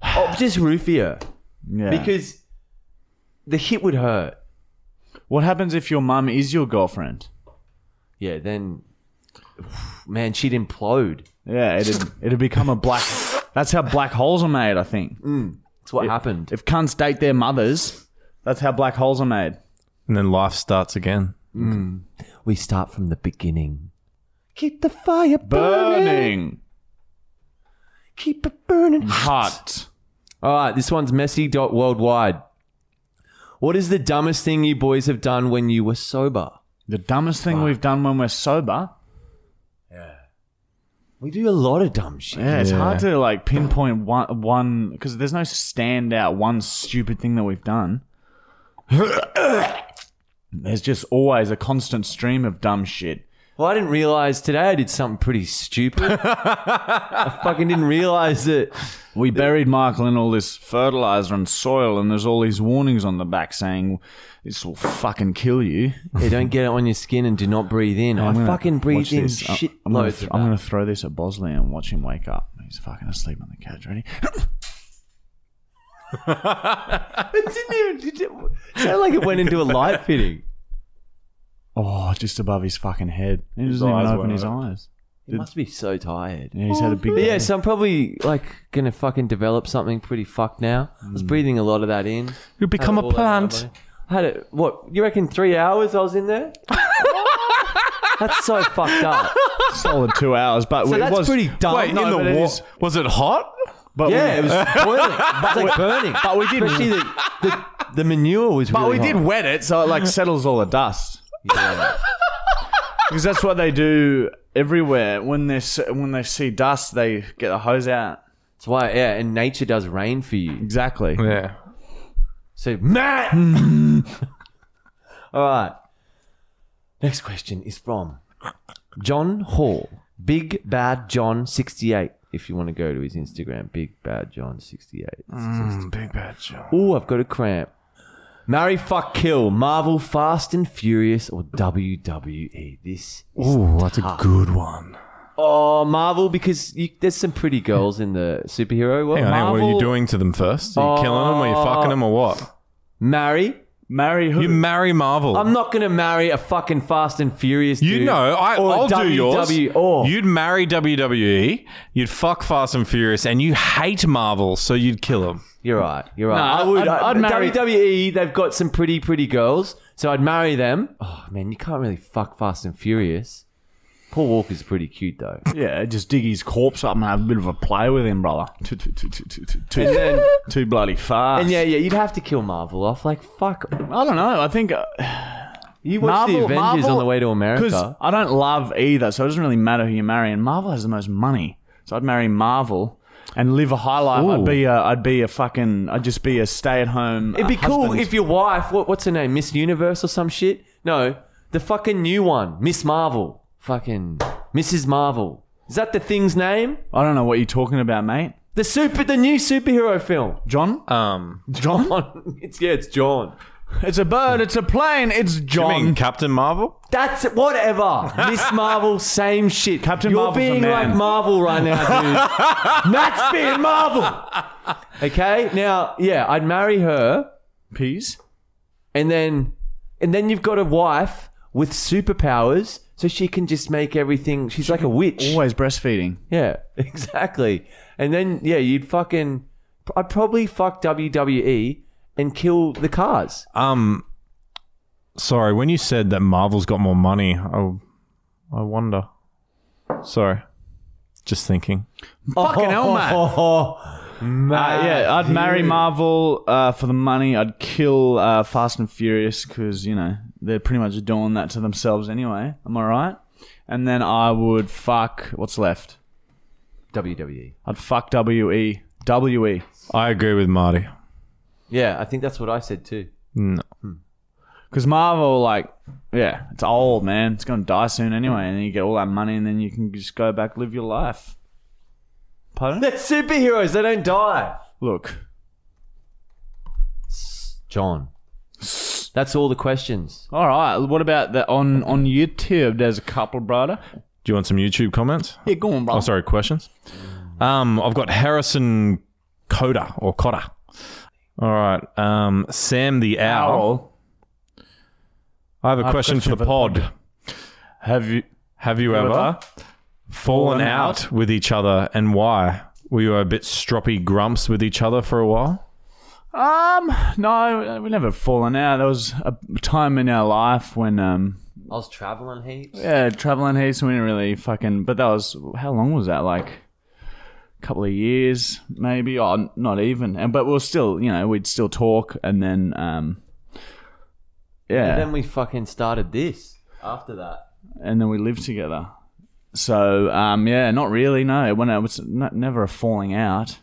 [SPEAKER 2] oh, just roofie her
[SPEAKER 1] yeah.
[SPEAKER 2] because the hit would hurt.
[SPEAKER 1] what happens if your mum is your girlfriend?
[SPEAKER 2] Yeah, then man, she'd implode.
[SPEAKER 1] Yeah, it'd, it'd become a black. That's how black holes are made, I think.
[SPEAKER 2] That's what happened.
[SPEAKER 1] If cunts date their mothers, that's how black holes are made.
[SPEAKER 3] And then life starts again.
[SPEAKER 2] We start from the beginning. Keep the fire burning.
[SPEAKER 1] Burning
[SPEAKER 2] Keep it burning.
[SPEAKER 1] hot.
[SPEAKER 2] All right, this one's messy. Dot worldwide. What is the dumbest thing you boys have done when you were sober?
[SPEAKER 1] The dumbest thing we've done when we're sober.
[SPEAKER 2] We do a lot of dumb shit.
[SPEAKER 1] Yeah, it's
[SPEAKER 3] Yeah.
[SPEAKER 1] hard to like pinpoint one one because there's no standout one stupid thing that we've done. there's just always a constant stream of dumb shit.
[SPEAKER 2] Well, I didn't realize today I did something pretty stupid. I fucking didn't realize it.
[SPEAKER 1] We buried Michael in all this fertilizer and soil, and there's all these warnings on the back saying this will fucking kill you.
[SPEAKER 2] Hey, don't get it on your skin and do not breathe in. I
[SPEAKER 1] I'm gonna-
[SPEAKER 2] fucking
[SPEAKER 1] watch
[SPEAKER 2] breathed in
[SPEAKER 1] this. I'm-
[SPEAKER 2] shit
[SPEAKER 1] I'm gonna,
[SPEAKER 2] loads.
[SPEAKER 1] th-
[SPEAKER 2] of
[SPEAKER 1] I'm
[SPEAKER 2] that.
[SPEAKER 1] gonna throw this at Bosley and watch him wake up. He's fucking asleep on the couch. Ready?
[SPEAKER 2] It didn't even. It didn't- it sounded like it went into a light fitting.
[SPEAKER 1] Oh, just above his fucking head. He doesn't
[SPEAKER 3] eyes
[SPEAKER 1] even open
[SPEAKER 3] went
[SPEAKER 1] his
[SPEAKER 3] up.
[SPEAKER 1] eyes.
[SPEAKER 2] He must be so tired.
[SPEAKER 1] Yeah, he's had a big.
[SPEAKER 2] But yeah, so I'm probably like gonna fucking develop something pretty fucked now. I
[SPEAKER 1] Mm.
[SPEAKER 2] was breathing a lot of that in.
[SPEAKER 3] You become a
[SPEAKER 2] All over my
[SPEAKER 3] plant.
[SPEAKER 2] body. I had it. What you reckon? Three hours I was in there. That's so fucked up.
[SPEAKER 1] solid two hours, but
[SPEAKER 2] So
[SPEAKER 1] it
[SPEAKER 2] that's
[SPEAKER 1] was
[SPEAKER 2] pretty dumb.
[SPEAKER 3] Wait,
[SPEAKER 1] No,
[SPEAKER 3] in
[SPEAKER 1] but it
[SPEAKER 3] the wa-
[SPEAKER 1] is-
[SPEAKER 3] was it hot?
[SPEAKER 1] But
[SPEAKER 2] Yeah,
[SPEAKER 1] we,
[SPEAKER 2] it was boiling. It was like burning. But we did. Especially the, the, the manure was.
[SPEAKER 1] but
[SPEAKER 2] really
[SPEAKER 1] we did
[SPEAKER 2] hot.
[SPEAKER 1] wet it, so it like settles all the dust. because that's what they do everywhere. When they s- when they see dust, they get a hose out.
[SPEAKER 2] That's why. Yeah, and nature does rain for you.
[SPEAKER 1] Exactly.
[SPEAKER 3] Yeah. Hmm.
[SPEAKER 2] So Matt. All right. Next question is from John Hall, Big Bad John sixty eight. If you want to go to his Instagram, Big Bad John sixty eight.
[SPEAKER 3] Mm, big bad John.
[SPEAKER 2] Ooh, I've got a cramp. Marry, fuck, kill. Marvel, Fast and Furious, or WWE. This.
[SPEAKER 3] Ooh, that's a good one.
[SPEAKER 2] Oh, Marvel, because you, there's some pretty girls in the superhero world.
[SPEAKER 3] Hang on, hang on,
[SPEAKER 2] Marvel,
[SPEAKER 3] what are you doing to them first? Are you killing them or are you fucking them or what?
[SPEAKER 2] Marry.
[SPEAKER 1] Marry who?
[SPEAKER 3] You marry Marvel.
[SPEAKER 2] I'm not going to marry a fucking Fast and Furious
[SPEAKER 3] you
[SPEAKER 2] dude,
[SPEAKER 3] know, I,
[SPEAKER 2] or a E.
[SPEAKER 3] I'll do yours.
[SPEAKER 2] WWE, Or,
[SPEAKER 3] You'd E, marry WWE, you'd fuck Fast and Furious, and you hate Marvel, so you'd kill them.
[SPEAKER 2] You're right. You're right.
[SPEAKER 1] Nah,
[SPEAKER 2] I would.
[SPEAKER 1] I'd-
[SPEAKER 2] uh, I-
[SPEAKER 1] I'd marry-
[SPEAKER 2] WWE. E, They've got some pretty, pretty girls, so I'd marry them. Oh man, you can't really fuck Fast and Furious. Paul Walker's pretty cute though.
[SPEAKER 1] Yeah, just dig his corpse up and have a bit of a play with him, brother. Too, too, too, too, too, too, too,
[SPEAKER 2] then-
[SPEAKER 1] too bloody fast.
[SPEAKER 2] And yeah, yeah, you'd have to kill Marvel off. Like fuck.
[SPEAKER 1] I don't know. I think uh,
[SPEAKER 2] You watch the Avengers on the way to
[SPEAKER 1] Because
[SPEAKER 2] America.
[SPEAKER 1] I don't love either, so it doesn't really matter who you marry. And Marvel has the most money, so I'd marry Marvel and live a high life.
[SPEAKER 2] Ooh.
[SPEAKER 1] I'd be a, I'd be a fucking, I'd just be a stay-at-home.
[SPEAKER 2] It'd be
[SPEAKER 1] uh,
[SPEAKER 2] cool
[SPEAKER 1] husband.
[SPEAKER 2] if your wife, what, what's her name, Miss Universe or some shit? No, the fucking new one, Miss Marvel. Fucking Mrs. Marvel. Is that the thing's name?
[SPEAKER 1] uh, I don't know what you're talking about, mate.
[SPEAKER 2] The super, the new superhero film.
[SPEAKER 1] John,
[SPEAKER 3] Um,
[SPEAKER 1] John,
[SPEAKER 2] It's yeah, it's John.
[SPEAKER 1] it's a bird, it's a plane, it's
[SPEAKER 3] you mean
[SPEAKER 1] John.
[SPEAKER 3] Captain Marvel?
[SPEAKER 2] That's it, whatever. Miss Marvel, same shit.
[SPEAKER 1] Captain
[SPEAKER 2] You're
[SPEAKER 1] Marvel's a
[SPEAKER 2] being
[SPEAKER 1] man.
[SPEAKER 2] like Marvel right now, dude. Matt's being Marvel. Okay, now yeah, I'd marry her,
[SPEAKER 1] Peas.
[SPEAKER 2] and then and then you've got a wife with superpowers, so she can just make everything. She's like a witch.
[SPEAKER 1] Always breastfeeding.
[SPEAKER 2] Yeah, exactly. And then yeah, you'd fucking. I'd probably fuck WWE and kill the cars.
[SPEAKER 3] Um, sorry, when you said that Marvel's got more money, I, I wonder. Sorry, just thinking.
[SPEAKER 1] Fucking hell, mate. Uh, yeah, I'd marry Marvel uh, for the money. I'd kill uh, Fast and Furious because you know they're pretty much doing that to themselves anyway. Am I right? And then I would fuck what's left.
[SPEAKER 2] WWE.
[SPEAKER 1] I'd fuck E, WE WE.
[SPEAKER 3] I agree with Marty.
[SPEAKER 2] Yeah, I think that's what I said too.
[SPEAKER 3] No.
[SPEAKER 1] Because Marvel, like, yeah, it's old man. It's gonna die soon anyway. And then you get all that money, and then you can just go back live your life. Pardon?
[SPEAKER 2] They're superheroes. They don't die.
[SPEAKER 1] Look,
[SPEAKER 2] John. That's all the questions.
[SPEAKER 1] all right. What about that on on YouTube? There's a couple, brother.
[SPEAKER 3] Do you want some YouTube comments?
[SPEAKER 1] Yeah, go on, brother.
[SPEAKER 3] Oh, sorry, questions. Um, I've got Harrison Coda or Cotta. All right. Um, Sam the Owl.
[SPEAKER 1] Owl.
[SPEAKER 3] I have a
[SPEAKER 1] have a
[SPEAKER 3] question,
[SPEAKER 1] question
[SPEAKER 3] for the pod. Have you have you ever,
[SPEAKER 1] Ever?
[SPEAKER 3] fallen
[SPEAKER 1] Fallen
[SPEAKER 3] out, with each other and why? Were you a bit stroppy grumps with each other for a while?
[SPEAKER 1] Um, no, we never fallen out. There was a time in our life when, um,
[SPEAKER 2] I was traveling heaps.
[SPEAKER 1] yeah, traveling here, so we didn't really fucking. But that was how long was that? Like a couple of years, maybe, or not even. And but we are still, you know, we'd still talk, and then, um, yeah,
[SPEAKER 2] And then we fucking started this after that.
[SPEAKER 1] we lived together. So, um, yeah, not really. No, when I was n- never a falling out.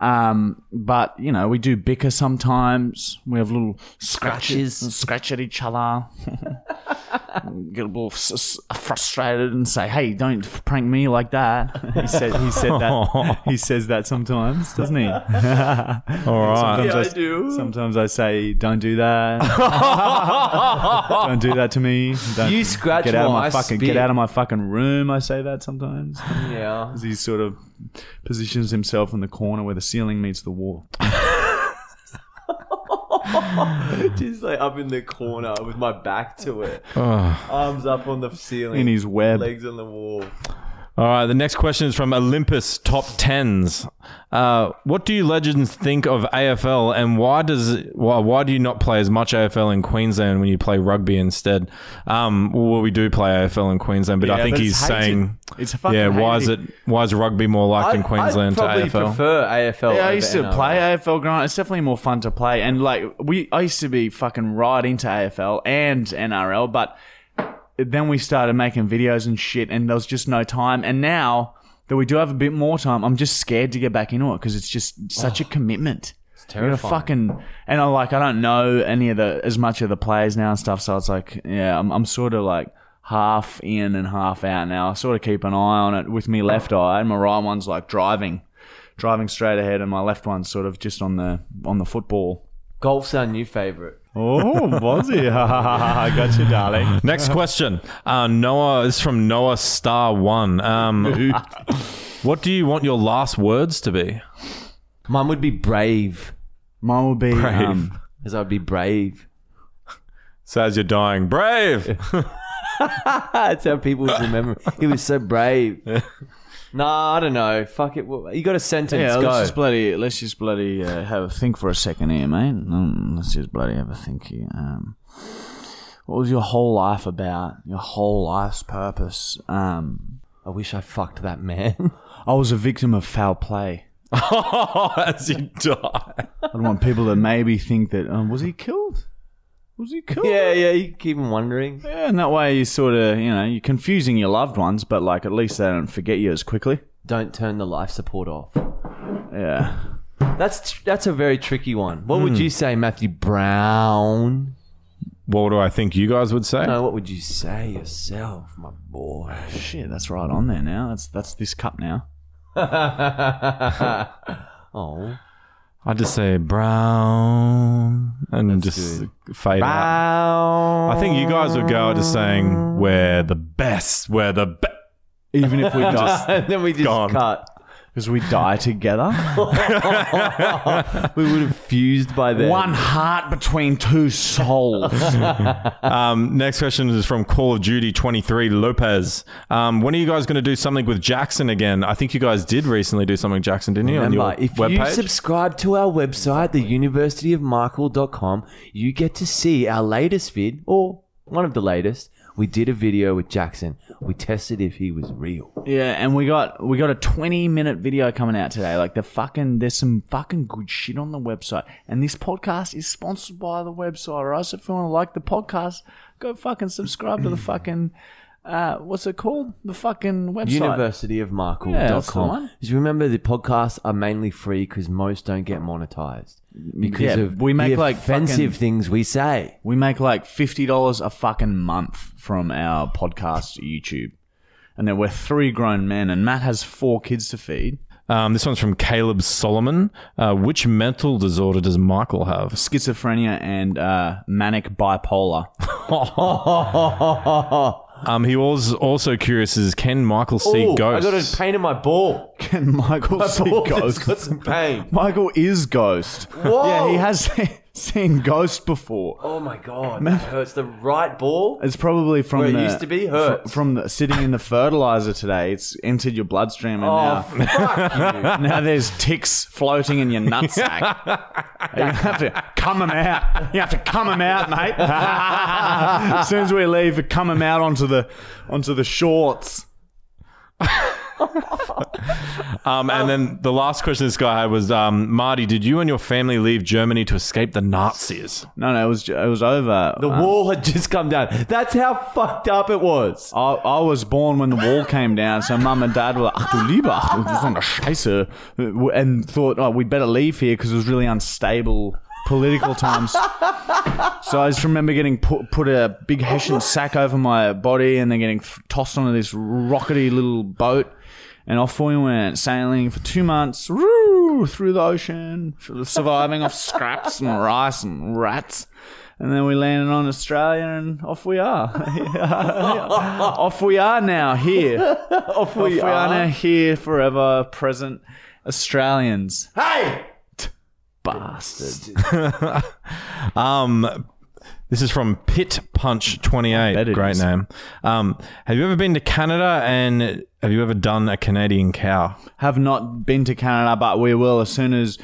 [SPEAKER 1] Um, but you know, we do bicker sometimes. We have little scratches,
[SPEAKER 2] Scratches.
[SPEAKER 1] scratch at each other. Get a little s- s- frustrated and say, "Hey, don't prank me like that." he said. He said that. he says that sometimes, doesn't he?
[SPEAKER 3] All right.
[SPEAKER 1] Sometimes s- Sometimes I say, "Don't do that. don't do that to me. Don't-
[SPEAKER 2] You scratch
[SPEAKER 1] Get out of
[SPEAKER 2] while
[SPEAKER 1] my
[SPEAKER 2] I
[SPEAKER 1] fucking.
[SPEAKER 2] spit.
[SPEAKER 1] Get out of my fucking room." I say that sometimes.
[SPEAKER 2] Yeah.
[SPEAKER 1] He sort of positions himself in the corner where the ceiling meets the wall.
[SPEAKER 2] Just like up in the corner with my back to it.
[SPEAKER 3] Ugh.
[SPEAKER 2] Arms up on the ceiling.
[SPEAKER 1] In his web.
[SPEAKER 2] on the wall.
[SPEAKER 3] All right. The next question is from Olympus Top Tens. Uh, what do you legends think of AFL, and why does why, why do you not play as much AFL in Queensland when you play rugby instead? Um, well, we do play AFL in Queensland, but I
[SPEAKER 1] Yeah,
[SPEAKER 3] think
[SPEAKER 1] but
[SPEAKER 3] he's
[SPEAKER 1] it's hated.
[SPEAKER 3] saying,
[SPEAKER 1] It's fucking
[SPEAKER 3] yeah, why is it
[SPEAKER 1] hated.
[SPEAKER 3] why is rugby more liked in
[SPEAKER 2] I'd- I'd
[SPEAKER 3] Queensland
[SPEAKER 2] probably
[SPEAKER 3] to AFL?
[SPEAKER 2] prefer AFL.
[SPEAKER 1] Yeah, I
[SPEAKER 2] over
[SPEAKER 1] used to
[SPEAKER 2] NRL.
[SPEAKER 1] play AFL growing. up. It's definitely more fun to play, and like we, I used to be fucking right into AFL and NRL, but then we started making videos and shit, and there was just no time. And now that we do have a bit more time, I'm just scared to get back into it because it's just such a commitment. It's
[SPEAKER 2] terrifying.
[SPEAKER 1] fucking, and I like I don't know any of the as much of the players now and stuff, so it's like yeah, I'm I'm sort of like. Half in and half out now. I sort of keep an eye on it with me left eye, and my right one's like driving driving straight ahead, and my left one's sort of just on the on the football.
[SPEAKER 2] Golf's our new favourite.
[SPEAKER 1] Oh, was he? gotcha, darling.
[SPEAKER 3] Next question. Uh, Noah this is from Noah Star One. Um, what do you want your last words to be?
[SPEAKER 2] Mine would be brave,
[SPEAKER 1] Mine will be um,
[SPEAKER 2] as I'd be brave.
[SPEAKER 3] So as you're dying, brave.
[SPEAKER 2] That's how people remember. he was so brave. Nah, I don't know. Fuck it. Well, You got a sentence.
[SPEAKER 1] Yeah,
[SPEAKER 2] Go.
[SPEAKER 1] let's just bloody let's just bloody uh, have a think for a second here, mate. Um, let's just bloody have a think here. Um, what was your whole life about? Your whole life's purpose? Um,
[SPEAKER 2] I wish I fucked that man.
[SPEAKER 1] I was a victim of foul play.
[SPEAKER 3] Oh, as you die.
[SPEAKER 1] I don't want people to maybe think that um, was he killed? Was he killed?
[SPEAKER 2] yeah, yeah. You keep him wondering.
[SPEAKER 1] Yeah, and that way you sort of you know you're confusing your loved ones, but like at least they don't forget you as quickly.
[SPEAKER 2] Don't turn the life support off.
[SPEAKER 1] Yeah.
[SPEAKER 2] That's tr- that's a very tricky one. What
[SPEAKER 3] Hmm.
[SPEAKER 2] would you say, Matthew Brown?
[SPEAKER 3] What do I think you guys would say?
[SPEAKER 2] No, what would you say yourself, my boy?
[SPEAKER 1] Shit, that's right on there now. That's that's this cup now.
[SPEAKER 2] oh,
[SPEAKER 3] I'd just say brown and just fade out.
[SPEAKER 2] Brown.
[SPEAKER 3] I think you guys would go out just saying we're the best, we're the best.
[SPEAKER 1] Even if we die,
[SPEAKER 2] and then we just
[SPEAKER 3] Gone.
[SPEAKER 2] cut.
[SPEAKER 1] because we die together.
[SPEAKER 2] We would have fused by then.
[SPEAKER 1] One heart between two souls.
[SPEAKER 3] Um, next question is from Call of Duty 23 Lopez. Um, when are you guys going to do something with Jackson again? I think you guys did recently do something, with Jackson, didn't you?
[SPEAKER 2] Remember,
[SPEAKER 3] on your
[SPEAKER 2] if you
[SPEAKER 3] webpage?
[SPEAKER 2] subscribe to our website, theuniversityofmichael.com, you get to see our latest vid, or one of the latest. We did a video with Jackson. We tested if he was real.
[SPEAKER 1] yeah, and we got we got a twenty minute video coming out today. Like the fucking there's some fucking good shit on the website. And this podcast is sponsored by the website, right? So if you want to like the podcast, go fucking subscribe to the fucking uh, what's it called? The fucking website.
[SPEAKER 2] Universityofmichael.com.
[SPEAKER 1] Yeah, that's the one.
[SPEAKER 2] Because remember, the podcasts are mainly free because most don't get monetized because
[SPEAKER 1] Yeah,
[SPEAKER 2] of
[SPEAKER 1] we make,
[SPEAKER 2] the
[SPEAKER 1] like, fucking-
[SPEAKER 2] offensive things we say.
[SPEAKER 1] We make like fifty dollars a fucking month from our podcast YouTube. And then we're three grown men and Matt has four kids to feed.
[SPEAKER 3] Um, this one's from Caleb Solomon. Uh, which mental disorder does Michael have?
[SPEAKER 1] Schizophrenia and uh, manic bipolar.
[SPEAKER 3] Um, he was also curious is can Michael see
[SPEAKER 2] Ooh,
[SPEAKER 3] ghosts?
[SPEAKER 2] I got a pain in my ball.
[SPEAKER 1] Can Michael
[SPEAKER 2] My
[SPEAKER 1] see
[SPEAKER 2] ball
[SPEAKER 1] ghosts?
[SPEAKER 2] has got some pain.
[SPEAKER 1] Michael is Ghost.
[SPEAKER 2] Whoa!
[SPEAKER 1] Yeah, he has seen Ghost before.
[SPEAKER 2] Oh my god, that hurts. The right ball.
[SPEAKER 1] It's probably from
[SPEAKER 2] Where it
[SPEAKER 1] the,
[SPEAKER 2] used to be,
[SPEAKER 1] fr-
[SPEAKER 2] hurts.
[SPEAKER 1] from the, sitting in the fertilizer today. It's entered your bloodstream, and
[SPEAKER 2] Oh
[SPEAKER 1] now
[SPEAKER 2] fuck you.
[SPEAKER 1] now there's ticks floating in your nutsack. you have to come them out. You have to come them out, mate. as soon as we leave, we come them out onto the onto the shorts.
[SPEAKER 3] Um, and
[SPEAKER 2] Oh.
[SPEAKER 3] then the last question this guy had was, um, Marty, did you and your family leave Germany to escape the Nazis?
[SPEAKER 1] No, no, it was it was over.
[SPEAKER 2] The wall had just come down. That's how fucked up it was.
[SPEAKER 1] I, I was born when the wall came down, so mum and dad were like, ach du lieber, ach du so eine Scheiße, and thought, oh, we'd better leave here because it was really unstable political times. so I just remember getting put, put a big Hessian sack over my body and then getting th- tossed onto this rockety little boat. And off we went, sailing for two months woo, through the ocean, surviving off scraps and rice and rats. And then we landed on Australia and off we are. off we are now here. off we, are. now here forever, present Australians.
[SPEAKER 2] Hey!
[SPEAKER 1] Bastard.
[SPEAKER 3] Um, this is from Pit Punch Twenty
[SPEAKER 1] bet
[SPEAKER 3] Eight.
[SPEAKER 1] it
[SPEAKER 3] Great
[SPEAKER 1] is.
[SPEAKER 3] name. Um, have you ever been to Canada and have you ever done a Canadian cow?
[SPEAKER 1] Have not been to Canada, but we will as soon as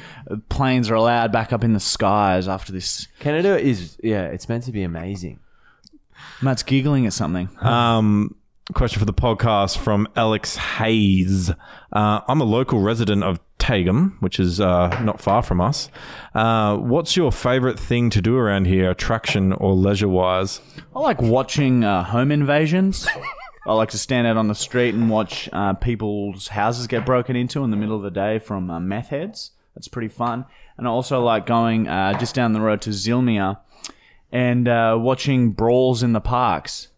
[SPEAKER 1] planes are allowed back up in the skies after this.
[SPEAKER 2] Canada is yeah, it's meant to be amazing.
[SPEAKER 1] Matt's giggling at something.
[SPEAKER 3] Um, question for the podcast from Alex Hayes. Uh, I'm a local resident of Tagum, which is uh, not far from us. Uh, what's your favorite thing to do around here, attraction or leisure wise?
[SPEAKER 1] I like watching uh, home invasions. I like to stand out on the street and watch uh, people's houses get broken into in the middle of the day from uh, meth heads. That's pretty fun. And I also like going uh, just down the road to Zilmia and uh, watching brawls in the parks.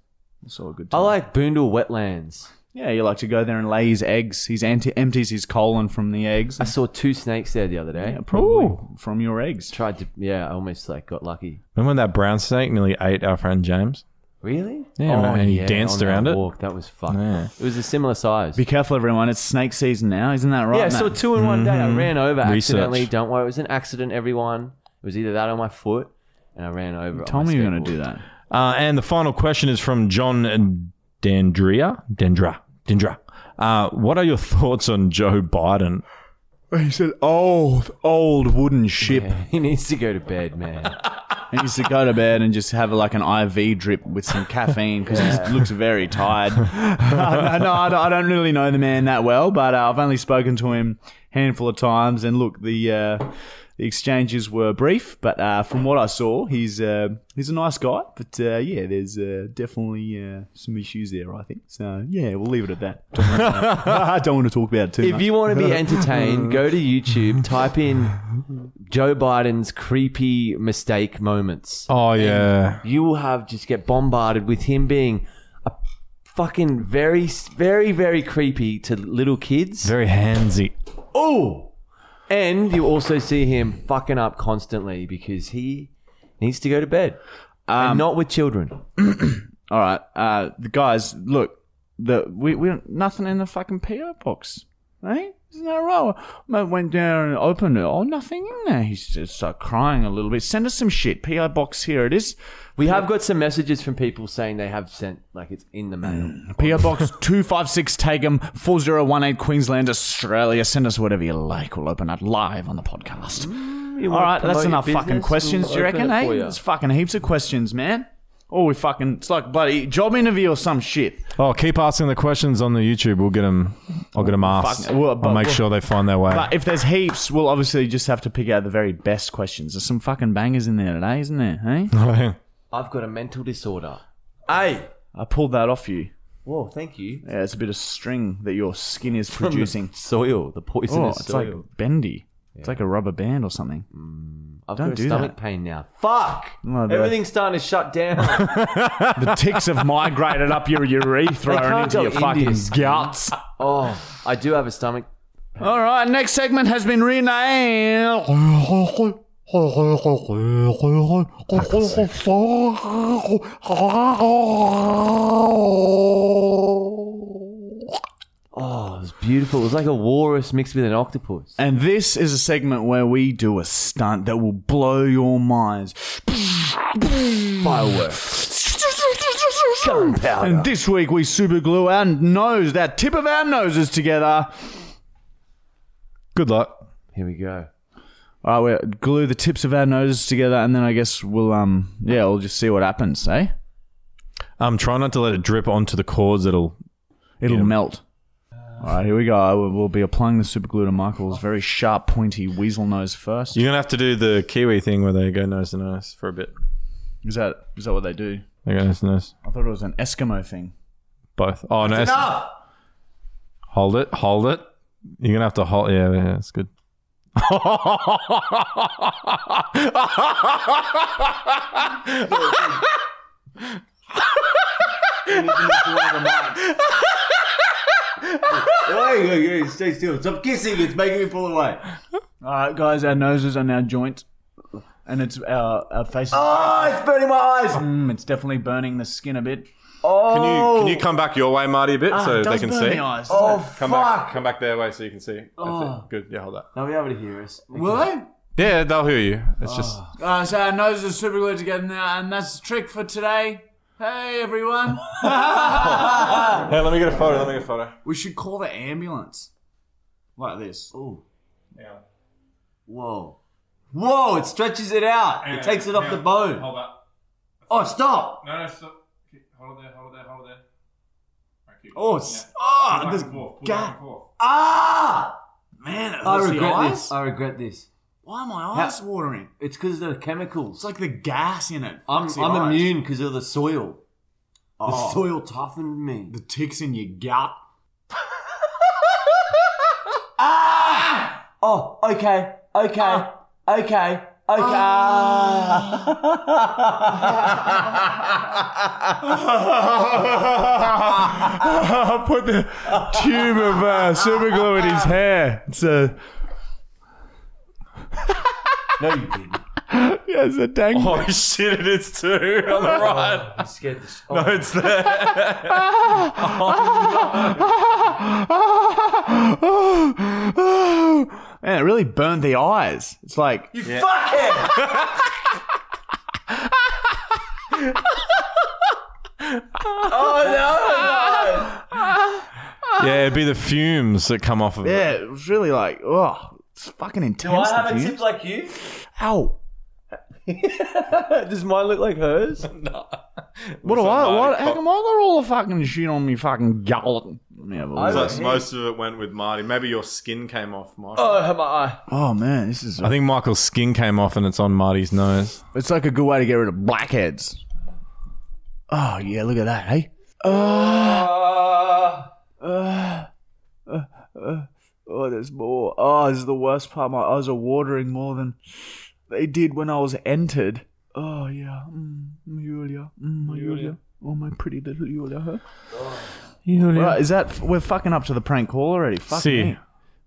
[SPEAKER 1] That's all a good
[SPEAKER 2] I
[SPEAKER 1] time.
[SPEAKER 2] like Boondall wetlands.
[SPEAKER 1] yeah, you like to go there and lay his eggs. He's anti- empties his colon from the eggs.
[SPEAKER 2] I saw two snakes there the other day.
[SPEAKER 1] Yeah, probably from your eggs.
[SPEAKER 2] Tried to yeah, I almost like got lucky.
[SPEAKER 3] Remember when that brown snake nearly ate our friend James?
[SPEAKER 2] Really? Oh,
[SPEAKER 3] Yeah, man, and he danced
[SPEAKER 2] on that
[SPEAKER 3] around it.
[SPEAKER 2] Walk. That was fucked.
[SPEAKER 3] Yeah.
[SPEAKER 2] It was a similar size.
[SPEAKER 1] Be careful, everyone. It's snake season now, isn't that right?
[SPEAKER 2] yeah, I saw
[SPEAKER 1] Matt?
[SPEAKER 2] two in one day. I ran over
[SPEAKER 3] Mm-hmm. Research.
[SPEAKER 2] accidentally. Don't worry, it was an accident. Everyone, it was either that or my foot, and I ran over.
[SPEAKER 1] Tell me you're going to do that.
[SPEAKER 3] Uh, and the final question is from John Dandria. Dendra. Dindra, uh, what are your thoughts on Joe Biden?
[SPEAKER 1] He said, "Old, old wooden ship."
[SPEAKER 2] He needs to go to bed, man.
[SPEAKER 1] He used to go to bed and just have like an IV drip with some caffeine because he looks very tired. Uh, no, I don't, I don't really know the man that well, but uh, I've only spoken to him a handful of times. And look, the uh, the exchanges were brief, but uh, from what I saw, he's uh, he's a nice guy. But uh, yeah, there's uh, definitely uh, some issues there, I think. So yeah, we'll leave it at that. Don't want to, I don't want to talk about it too
[SPEAKER 2] If
[SPEAKER 1] much.
[SPEAKER 2] you want to be entertained, go to YouTube, type in Joe Biden's creepy mistake moments.
[SPEAKER 3] Oh yeah,
[SPEAKER 2] You will have just get bombarded with him being a fucking very, very, very creepy to little kids.
[SPEAKER 3] very handsy.
[SPEAKER 2] Oh, and you also see him fucking up constantly because he needs to go to bed, and not with children.
[SPEAKER 1] All right, uh, the guys, look, the we we nothing in the fucking PO box, eh? Isn't that right? I went down and opened it. Oh, nothing in there. He just started crying a little bit. Send us some shit. PO box here it is.
[SPEAKER 2] We have got some messages from people saying they have sent like it's in the mail.
[SPEAKER 1] PO box two five six Tagum four zero one eight Queensland, Australia. Send us whatever you like. We'll open it live on the podcast. All right, that's enough fucking questions. Do you reckon? Hey, it's fucking heaps of questions, man. Oh, we fucking it's like bloody job interview or some shit.
[SPEAKER 3] Oh, keep asking the questions on the YouTube. We'll get them. I'll get them asked.
[SPEAKER 1] Fuck, well, but-
[SPEAKER 3] I'll make
[SPEAKER 1] well-
[SPEAKER 3] sure they find their way.
[SPEAKER 1] But if there's heaps, we'll obviously just have to pick out the very best questions. There's some fucking bangers in there today, isn't there? Hey,
[SPEAKER 2] I've got a mental disorder. Hey.
[SPEAKER 1] I pulled that off you.
[SPEAKER 2] Whoa, thank you.
[SPEAKER 1] Yeah, it's a bit of string that your skin is producing.
[SPEAKER 2] soil, the
[SPEAKER 1] Oh,
[SPEAKER 2] poisonous
[SPEAKER 1] it's like
[SPEAKER 2] soil.
[SPEAKER 1] bendy. It's like a rubber band or something.
[SPEAKER 2] I've
[SPEAKER 1] don't
[SPEAKER 2] got a
[SPEAKER 1] do
[SPEAKER 2] stomach
[SPEAKER 1] that.
[SPEAKER 2] pain now. Fuck!
[SPEAKER 1] No, they're-
[SPEAKER 2] Everything's starting to shut down.
[SPEAKER 1] The ticks have migrated up your urethra
[SPEAKER 2] They can't
[SPEAKER 1] and into
[SPEAKER 2] go
[SPEAKER 1] your
[SPEAKER 2] into
[SPEAKER 1] fucking
[SPEAKER 2] your skin.
[SPEAKER 1] guts.
[SPEAKER 2] oh, I do have a stomach.
[SPEAKER 1] All right, next segment has been renamed.
[SPEAKER 2] Oh, it was beautiful. It was like a walrus mixed with an octopus.
[SPEAKER 1] And this is a segment where we do a stunt that will blow your minds.
[SPEAKER 2] Fireworks. Gunpowder.
[SPEAKER 1] And this week we super glue our nose, that tip of our noses together.
[SPEAKER 3] Good luck.
[SPEAKER 2] Here we go.
[SPEAKER 1] All right, we glue the tips of our noses together, and then I guess we'll um yeah we'll just see what happens, eh?
[SPEAKER 3] Um, try not to let it drip onto the cords. It'll.
[SPEAKER 1] It'll
[SPEAKER 3] Yeah.
[SPEAKER 1] melt. All right, here we go. I will- We'll be applying the super glue to Michael's very sharp, pointy weasel nose first.
[SPEAKER 3] You're gonna have to do the Kiwi thing where they go nose to nose for a bit.
[SPEAKER 1] Is that is that what they do?
[SPEAKER 3] They go nose to nose.
[SPEAKER 1] I thought it was an Eskimo thing.
[SPEAKER 3] Both. Oh no. it's- Hold it. Hold it. You're gonna have to hold. Yeah, yeah, it's good.
[SPEAKER 2] Stay still. Stop kissing. It's making me pull away.
[SPEAKER 1] All right, Uh, guys, our noses are now joint, and it's our our faces.
[SPEAKER 2] Oh, it's burning my eyes.
[SPEAKER 1] Mm, it's definitely burning the skin a bit.
[SPEAKER 3] Can you can you come back your way, Marty, a bit so
[SPEAKER 1] it
[SPEAKER 3] they
[SPEAKER 1] does
[SPEAKER 3] can
[SPEAKER 1] burn
[SPEAKER 3] see?
[SPEAKER 1] the eyes.
[SPEAKER 2] Oh,
[SPEAKER 3] Come back.
[SPEAKER 2] fuck.
[SPEAKER 3] Come back their way so you can see. That's it. Good. Yeah, hold that.
[SPEAKER 2] They'll be able to hear us.
[SPEAKER 1] Will they?
[SPEAKER 3] Yeah, they'll hear you. It's just
[SPEAKER 1] Uh, so our noses are super glued together now, and that's the trick for today. Hey, everyone.
[SPEAKER 3] Hey, let me get a photo. Let me get a photo.
[SPEAKER 1] we should call the ambulance. Like this.
[SPEAKER 2] Ooh. Whoa. Whoa, it stretches it out. it takes it off the bone.
[SPEAKER 3] Hold that.
[SPEAKER 2] Oh, stop.
[SPEAKER 3] No, no, stop. Hold it there. Hold it there. Hold it there.
[SPEAKER 2] Oh, s- oh, this God. Ah!
[SPEAKER 1] Man, it
[SPEAKER 2] I
[SPEAKER 1] hurts the
[SPEAKER 2] regret
[SPEAKER 1] eyes.
[SPEAKER 2] this. I regret this.
[SPEAKER 1] Why are my eyes watering?
[SPEAKER 2] It's because of the chemicals.
[SPEAKER 1] It's like the gas in it.
[SPEAKER 2] I'm,
[SPEAKER 1] fucks your
[SPEAKER 2] I'm
[SPEAKER 1] eyes.
[SPEAKER 2] immune because of the soil. The
[SPEAKER 1] Oh.
[SPEAKER 2] soil toughened me.
[SPEAKER 1] The ticks in your gut.
[SPEAKER 2] Oh, okay, okay, okay,
[SPEAKER 1] Ah.
[SPEAKER 2] okay.
[SPEAKER 1] Put the tube of uh, super glue in his hair. It's a
[SPEAKER 2] no, you didn't.
[SPEAKER 1] yeah, it's a dang.
[SPEAKER 3] Oh shit! It is too. On the right.
[SPEAKER 2] I scared the. Oh, no,
[SPEAKER 3] It's there.
[SPEAKER 1] Man, it really burned the eyes. It's like
[SPEAKER 2] you fuckhead! oh no!
[SPEAKER 3] Yeah, it'd be the fumes that come off of it.
[SPEAKER 1] Yeah, it was really like, oh, it's fucking
[SPEAKER 2] Do
[SPEAKER 1] intense.
[SPEAKER 2] I have
[SPEAKER 1] the
[SPEAKER 2] a
[SPEAKER 1] fumes.
[SPEAKER 2] tip like you?
[SPEAKER 1] Ow.
[SPEAKER 2] Does mine look like hers?
[SPEAKER 1] What do I?
[SPEAKER 3] Somebody
[SPEAKER 1] What?
[SPEAKER 3] cop-
[SPEAKER 1] How come I got all the fucking shit on me fucking gullet? Let me have a
[SPEAKER 2] I
[SPEAKER 1] look.
[SPEAKER 2] don't-
[SPEAKER 3] Plus, most of it went with Marty. Maybe your skin came off, Marty.
[SPEAKER 2] Oh, have my eye.
[SPEAKER 1] Oh man, this is.
[SPEAKER 3] I think Michael's skin came off and it's on Marty's nose.
[SPEAKER 1] It's like a good way to get rid of blackheads. Oh yeah, look at that, hey.
[SPEAKER 2] Uh,
[SPEAKER 1] Oh, there's more. Oh, this is the worst part. My eyes are watering more than they did when I was entered. Oh yeah, mm, Julia, mm, my Julia. Oh my pretty little Julia. Huh? Julia. Oh. Right, is that we're fucking up to the prank call already? Fuck
[SPEAKER 3] See.
[SPEAKER 1] me.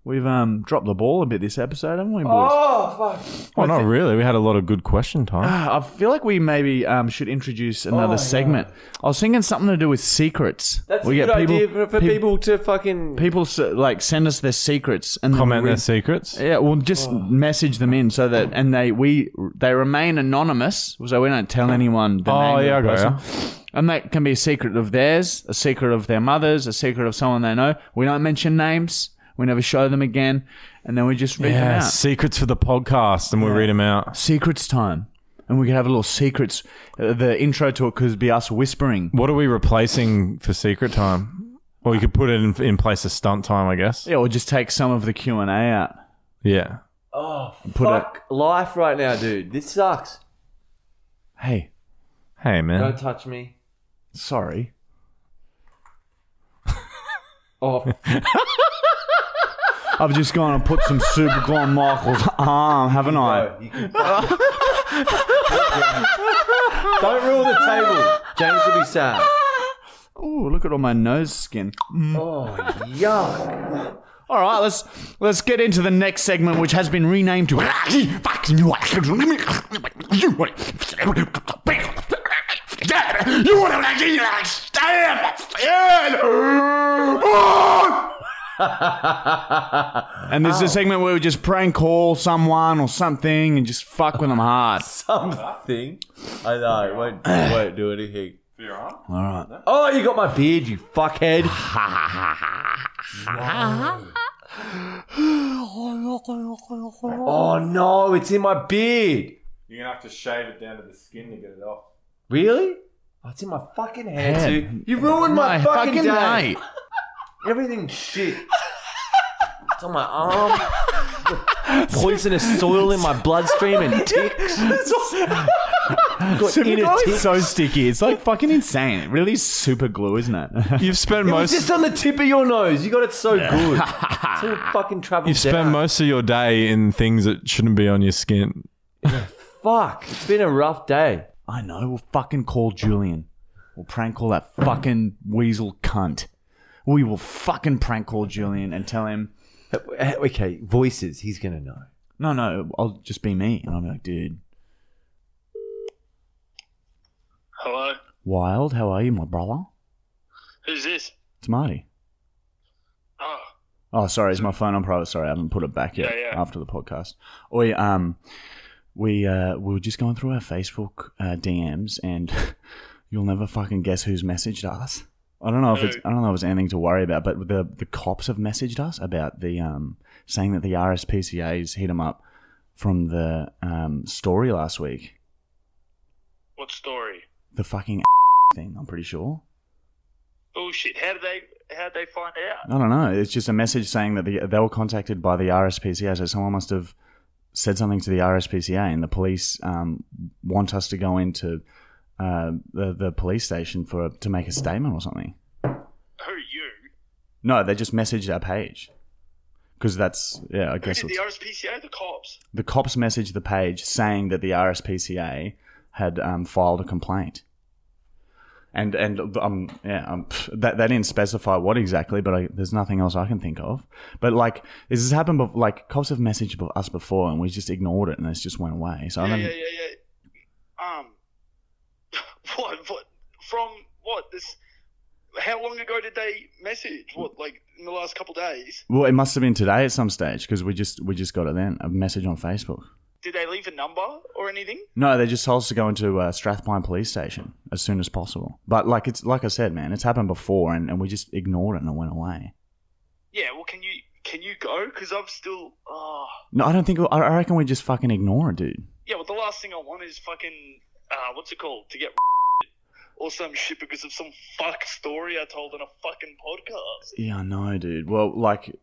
[SPEAKER 1] We've um dropped the ball a bit this episode, haven't we, boys?
[SPEAKER 2] oh, fuck.
[SPEAKER 3] Well, not really. We had a lot of good question time.
[SPEAKER 1] Ah, I feel like we maybe um, should introduce another segment. I was thinking something to do with secrets.
[SPEAKER 2] That's
[SPEAKER 1] we
[SPEAKER 2] a
[SPEAKER 1] get
[SPEAKER 2] good
[SPEAKER 1] people,
[SPEAKER 2] idea for, for
[SPEAKER 1] peop-
[SPEAKER 2] people to fucking.
[SPEAKER 1] people s- like send us their secrets and then
[SPEAKER 3] Comment
[SPEAKER 1] we-
[SPEAKER 3] their secrets.
[SPEAKER 1] Yeah, well, just message them in so that and they we they remain anonymous, so we don't tell anyone. The
[SPEAKER 3] Oh,
[SPEAKER 1] name
[SPEAKER 3] yeah, I
[SPEAKER 1] of the
[SPEAKER 3] got
[SPEAKER 1] person. And that can be a secret of theirs, a secret of their mothers, a secret of someone they know. We don't mention names. We never show them again, and then we just read them
[SPEAKER 3] Yeah,
[SPEAKER 1] out.
[SPEAKER 3] secrets for the podcast, and we'll read them out.
[SPEAKER 1] secrets time. And we could have a little secrets. Uh, the intro to it could be us whispering.
[SPEAKER 3] What are we replacing for secret time? Or you could put it in, in place of stunt time, I guess.
[SPEAKER 1] Yeah, or just take some of the Q and A out.
[SPEAKER 3] Yeah.
[SPEAKER 2] oh,
[SPEAKER 1] Put
[SPEAKER 2] fuck life right now, dude. This sucks.
[SPEAKER 1] Hey,
[SPEAKER 3] Hey,
[SPEAKER 2] Don't
[SPEAKER 3] man.
[SPEAKER 2] touch me.
[SPEAKER 1] sorry.
[SPEAKER 2] Oh,
[SPEAKER 1] I've just gone and put some super glue on Michael's arm, haven't I?
[SPEAKER 2] no, you can. Don't rule the table. James will be sad.
[SPEAKER 1] Ooh, look at all my nose skin.
[SPEAKER 2] Oh, yuck.
[SPEAKER 1] All right, let's let's get into the next segment, which has been renamed to. And this is a segment where we just prank call someone or something and just fuck with them hard.
[SPEAKER 2] Something. I know. It won't, it won't do anything. All right. Oh, you got my beard, you fuckhead. Oh no, it's in my beard.
[SPEAKER 3] You're going to have to shave it down to the skin to get it off.
[SPEAKER 2] Really? Oh, it's in my fucking hair,
[SPEAKER 1] Head.
[SPEAKER 2] too. You ruined my,
[SPEAKER 1] My
[SPEAKER 2] fucking,
[SPEAKER 1] fucking
[SPEAKER 2] day.
[SPEAKER 1] night.
[SPEAKER 2] Everything's shit. it's on my arm. The poisonous soil in my bloodstream and ticks. Got
[SPEAKER 1] Super
[SPEAKER 2] inner
[SPEAKER 1] glue
[SPEAKER 2] ticks.
[SPEAKER 1] is so sticky. It's like fucking insane. It really is super glue, isn't it?
[SPEAKER 3] You've spent
[SPEAKER 2] It was
[SPEAKER 3] most.
[SPEAKER 2] just on the tip of your nose. You got it so good. It's all fucking travel
[SPEAKER 3] You've spent
[SPEAKER 2] down.
[SPEAKER 3] most of your day in things that shouldn't be on your skin.
[SPEAKER 2] Fuck. It's been a rough day.
[SPEAKER 1] I know. We'll fucking call Julian. We'll prank call that fucking weasel cunt. We will fucking prank call Julian and tell him,
[SPEAKER 2] Uh, Okay, voices. He's going to know.
[SPEAKER 1] no, no, I'll just be me. And I'll be like, dude,
[SPEAKER 4] Hello,
[SPEAKER 1] Wild, how are you, my brother?
[SPEAKER 4] who's this?
[SPEAKER 1] It's Marty.
[SPEAKER 4] Oh,
[SPEAKER 1] Oh, sorry, is my phone on private? Sorry, I haven't put it back yet
[SPEAKER 4] Yeah, yeah.
[SPEAKER 1] after the podcast. We um, we uh, we were just going through our Facebook uh, DMs, and you'll never fucking guess who's messaged us. I don't know if it's I don't know if it's anything to worry about, but the the cops have messaged us about the um saying that the RSPCA's hit them up from the um story last week.
[SPEAKER 4] what story?
[SPEAKER 1] The fucking thing, I'm pretty sure.
[SPEAKER 4] Bullshit. How did they? How did they find out?
[SPEAKER 1] I don't know. It's just a message saying that the, they were contacted by the RSPCA, so someone must have said something to the RSPCA, and the police um, want us to go into uh, the, the police station for to make a statement or something.
[SPEAKER 4] Who you?
[SPEAKER 1] No, they just messaged our page because that's yeah. I
[SPEAKER 4] Who
[SPEAKER 1] guess
[SPEAKER 4] did
[SPEAKER 1] it's,
[SPEAKER 4] the RSPCA? The cops.
[SPEAKER 1] the cops messaged the page saying that the RSPCA had um, filed a complaint. And and um yeah um pff, that they didn't specify what exactly, but I, there's nothing else I can think of. But like this has happened, bef- like cops have messaged be- us before, and we just ignored it, and it's just went away. So I
[SPEAKER 4] yeah,
[SPEAKER 1] don't.
[SPEAKER 4] yeah, yeah, yeah. Um, what? What? From what? This? How long ago did they message? What? Like in the last couple days?
[SPEAKER 1] Well, it must have been today at some stage because we just we just got it then a message on Facebook.
[SPEAKER 4] Did they leave a number or anything?
[SPEAKER 1] No, they just told us to go into uh, Strathpine Police Station as soon as possible. But like it's like I said, man, it's happened before, and, and we just ignored it and it went away.
[SPEAKER 4] Yeah, well, can you can you go? Because I'm still. ah.
[SPEAKER 1] No, I don't think. I I reckon we just fucking ignore it, dude.
[SPEAKER 4] Yeah, well, the last thing I want is fucking uh, what's it called to get or some shit because of some fuck story I told on a fucking podcast.
[SPEAKER 1] Yeah, I know, dude. Well, like,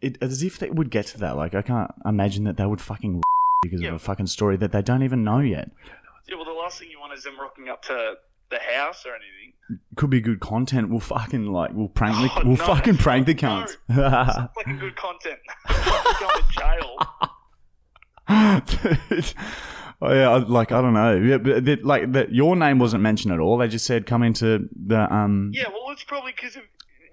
[SPEAKER 1] it, as if they would get to that. Like, I can't imagine that they would fucking because of
[SPEAKER 4] Yeah.
[SPEAKER 1] a fucking story that they don't even know yet.
[SPEAKER 4] Yeah, well, the last thing you want is them rocking up to the house or anything.
[SPEAKER 1] Could be good content. We'll fucking like, we'll prank the,
[SPEAKER 4] Oh,
[SPEAKER 1] we'll
[SPEAKER 4] no.
[SPEAKER 1] fucking prank the
[SPEAKER 4] No.
[SPEAKER 1] cunts.
[SPEAKER 4] Sounds like a good content. Go to jail.
[SPEAKER 1] Dude. Oh, yeah, I- like I don't know. Yeah, but that- like that, your name wasn't mentioned at all. They just said come into the um.
[SPEAKER 4] Yeah, well, it's probably because of.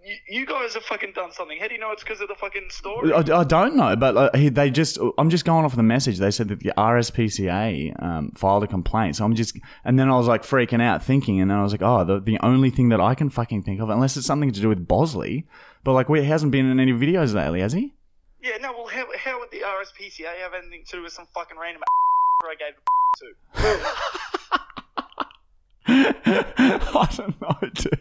[SPEAKER 4] You, you guys have fucking done something. How do you know it's because of the fucking story?
[SPEAKER 1] I, I don't know, but like, he, they just. I'm just going off the message. They said that the RSPCA um, filed a complaint, so I'm just. And then I was like freaking out, thinking, and then I was like, oh, the, the only thing that I can fucking think of, unless it's something to do with Bosley, but like, we he hasn't been in any videos lately, has he?
[SPEAKER 4] Yeah, no, well, how, how would the RSPCA have anything to do with some fucking random I gave a to?
[SPEAKER 1] I don't know, dude.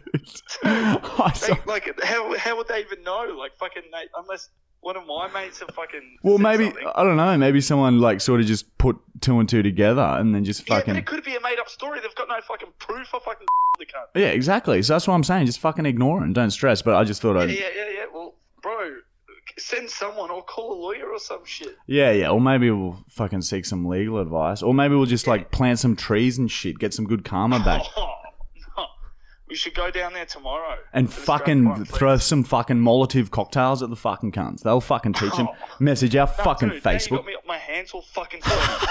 [SPEAKER 1] I
[SPEAKER 4] They,
[SPEAKER 1] don't-
[SPEAKER 4] like, how, how would they even know? Like, fucking, Nate, unless one of my mates have fucking.
[SPEAKER 1] Well,
[SPEAKER 4] said
[SPEAKER 1] maybe
[SPEAKER 4] something.
[SPEAKER 1] I don't know. Maybe someone like sort of just put two and two together and then just
[SPEAKER 4] yeah,
[SPEAKER 1] fucking.
[SPEAKER 4] but it could be a made up story. They've got no fucking proof for fucking the cunt.
[SPEAKER 1] Yeah, exactly. So that's what I'm saying. Just fucking ignore it and don't stress. But I just thought I'd.
[SPEAKER 4] Yeah, yeah, yeah, yeah. Well, bro, send someone or call a lawyer or some shit.
[SPEAKER 1] Yeah, yeah. Or maybe we'll fucking seek some legal advice. Or maybe we'll just like plant some trees and shit, get some good karma back,
[SPEAKER 4] Oh, no. We should go down there tomorrow.
[SPEAKER 1] and
[SPEAKER 4] to the
[SPEAKER 1] fucking
[SPEAKER 4] Strathmore, please.
[SPEAKER 1] throw some fucking Molotov cocktails at the fucking cunts. They'll fucking teach them. Message our
[SPEAKER 4] No,
[SPEAKER 1] fucking
[SPEAKER 4] dude, now you
[SPEAKER 1] Facebook.
[SPEAKER 4] got me, my hands all fucking sweaty.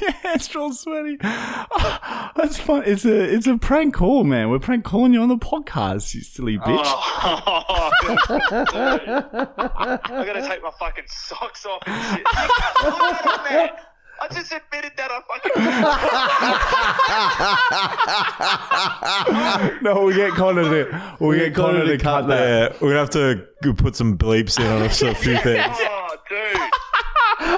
[SPEAKER 1] Your hands are all sweaty. that's fun. It's a it's a prank call, man. We're prank calling you on the podcast, you silly bitch.
[SPEAKER 4] Oh, dude. I gotta take my fucking socks off and shit. I just admitted that I fucking.
[SPEAKER 1] No, we'll get Connor to we'll get Connor to cut that.
[SPEAKER 3] Yeah, we're gonna have to g- put some bleeps in on a s- a few things.
[SPEAKER 4] Oh, dude. I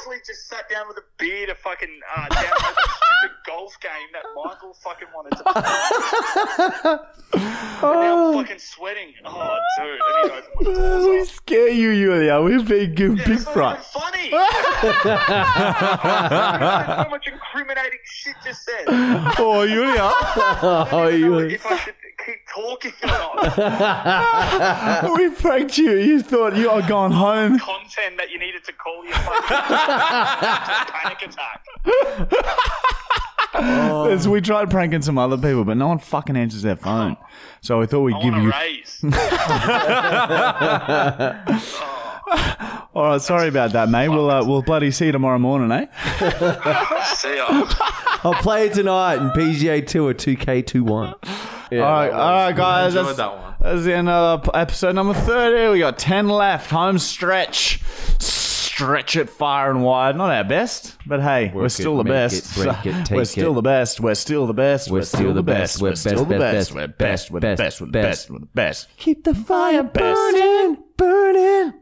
[SPEAKER 4] actually just sat down with a beer to fucking uh, download the stupid golf game that Michael fucking wanted to play. and now I'm fucking sweating. Oh, dude. I need to open my doors
[SPEAKER 1] We
[SPEAKER 4] up.
[SPEAKER 1] scare you, Yulia. We're being good,
[SPEAKER 4] Yeah,
[SPEAKER 1] big
[SPEAKER 4] it's not
[SPEAKER 1] fright.
[SPEAKER 4] even funny. There's so much incriminating shit just said.
[SPEAKER 1] Oh, Yulia.
[SPEAKER 2] Oh, you.
[SPEAKER 4] if I should keep talking or not.
[SPEAKER 1] we pranked you. You thought you are gone home.
[SPEAKER 4] Content that you needed to call your fucking panic attack.
[SPEAKER 1] As we tried pranking some other people, but no one fucking answers their phone. So we thought we'd
[SPEAKER 4] I
[SPEAKER 1] give
[SPEAKER 4] want
[SPEAKER 1] you.
[SPEAKER 4] a raise.
[SPEAKER 1] All right, sorry about that, mate. We'll uh, we'll bloody see you tomorrow morning, eh?
[SPEAKER 4] See ya.
[SPEAKER 2] I'll play it tonight in PGA Tour 2K21.
[SPEAKER 1] all right, all right, guys.
[SPEAKER 3] enjoyed
[SPEAKER 1] That's,
[SPEAKER 3] that one.
[SPEAKER 1] that's the end of p- episode number thirty. We got ten left. Home stretch. Stretch it far and wide. Not our best, but hey, we're
[SPEAKER 2] it,
[SPEAKER 1] still the
[SPEAKER 2] make
[SPEAKER 1] best.
[SPEAKER 2] it, break it,
[SPEAKER 1] we're
[SPEAKER 2] take
[SPEAKER 1] still
[SPEAKER 2] it.
[SPEAKER 1] the best. We're still the best. We're still the best. We're still the best. We're best. We're the best. We're the best. We're the best.
[SPEAKER 2] Keep the fire
[SPEAKER 1] Best.
[SPEAKER 2] burning, burning.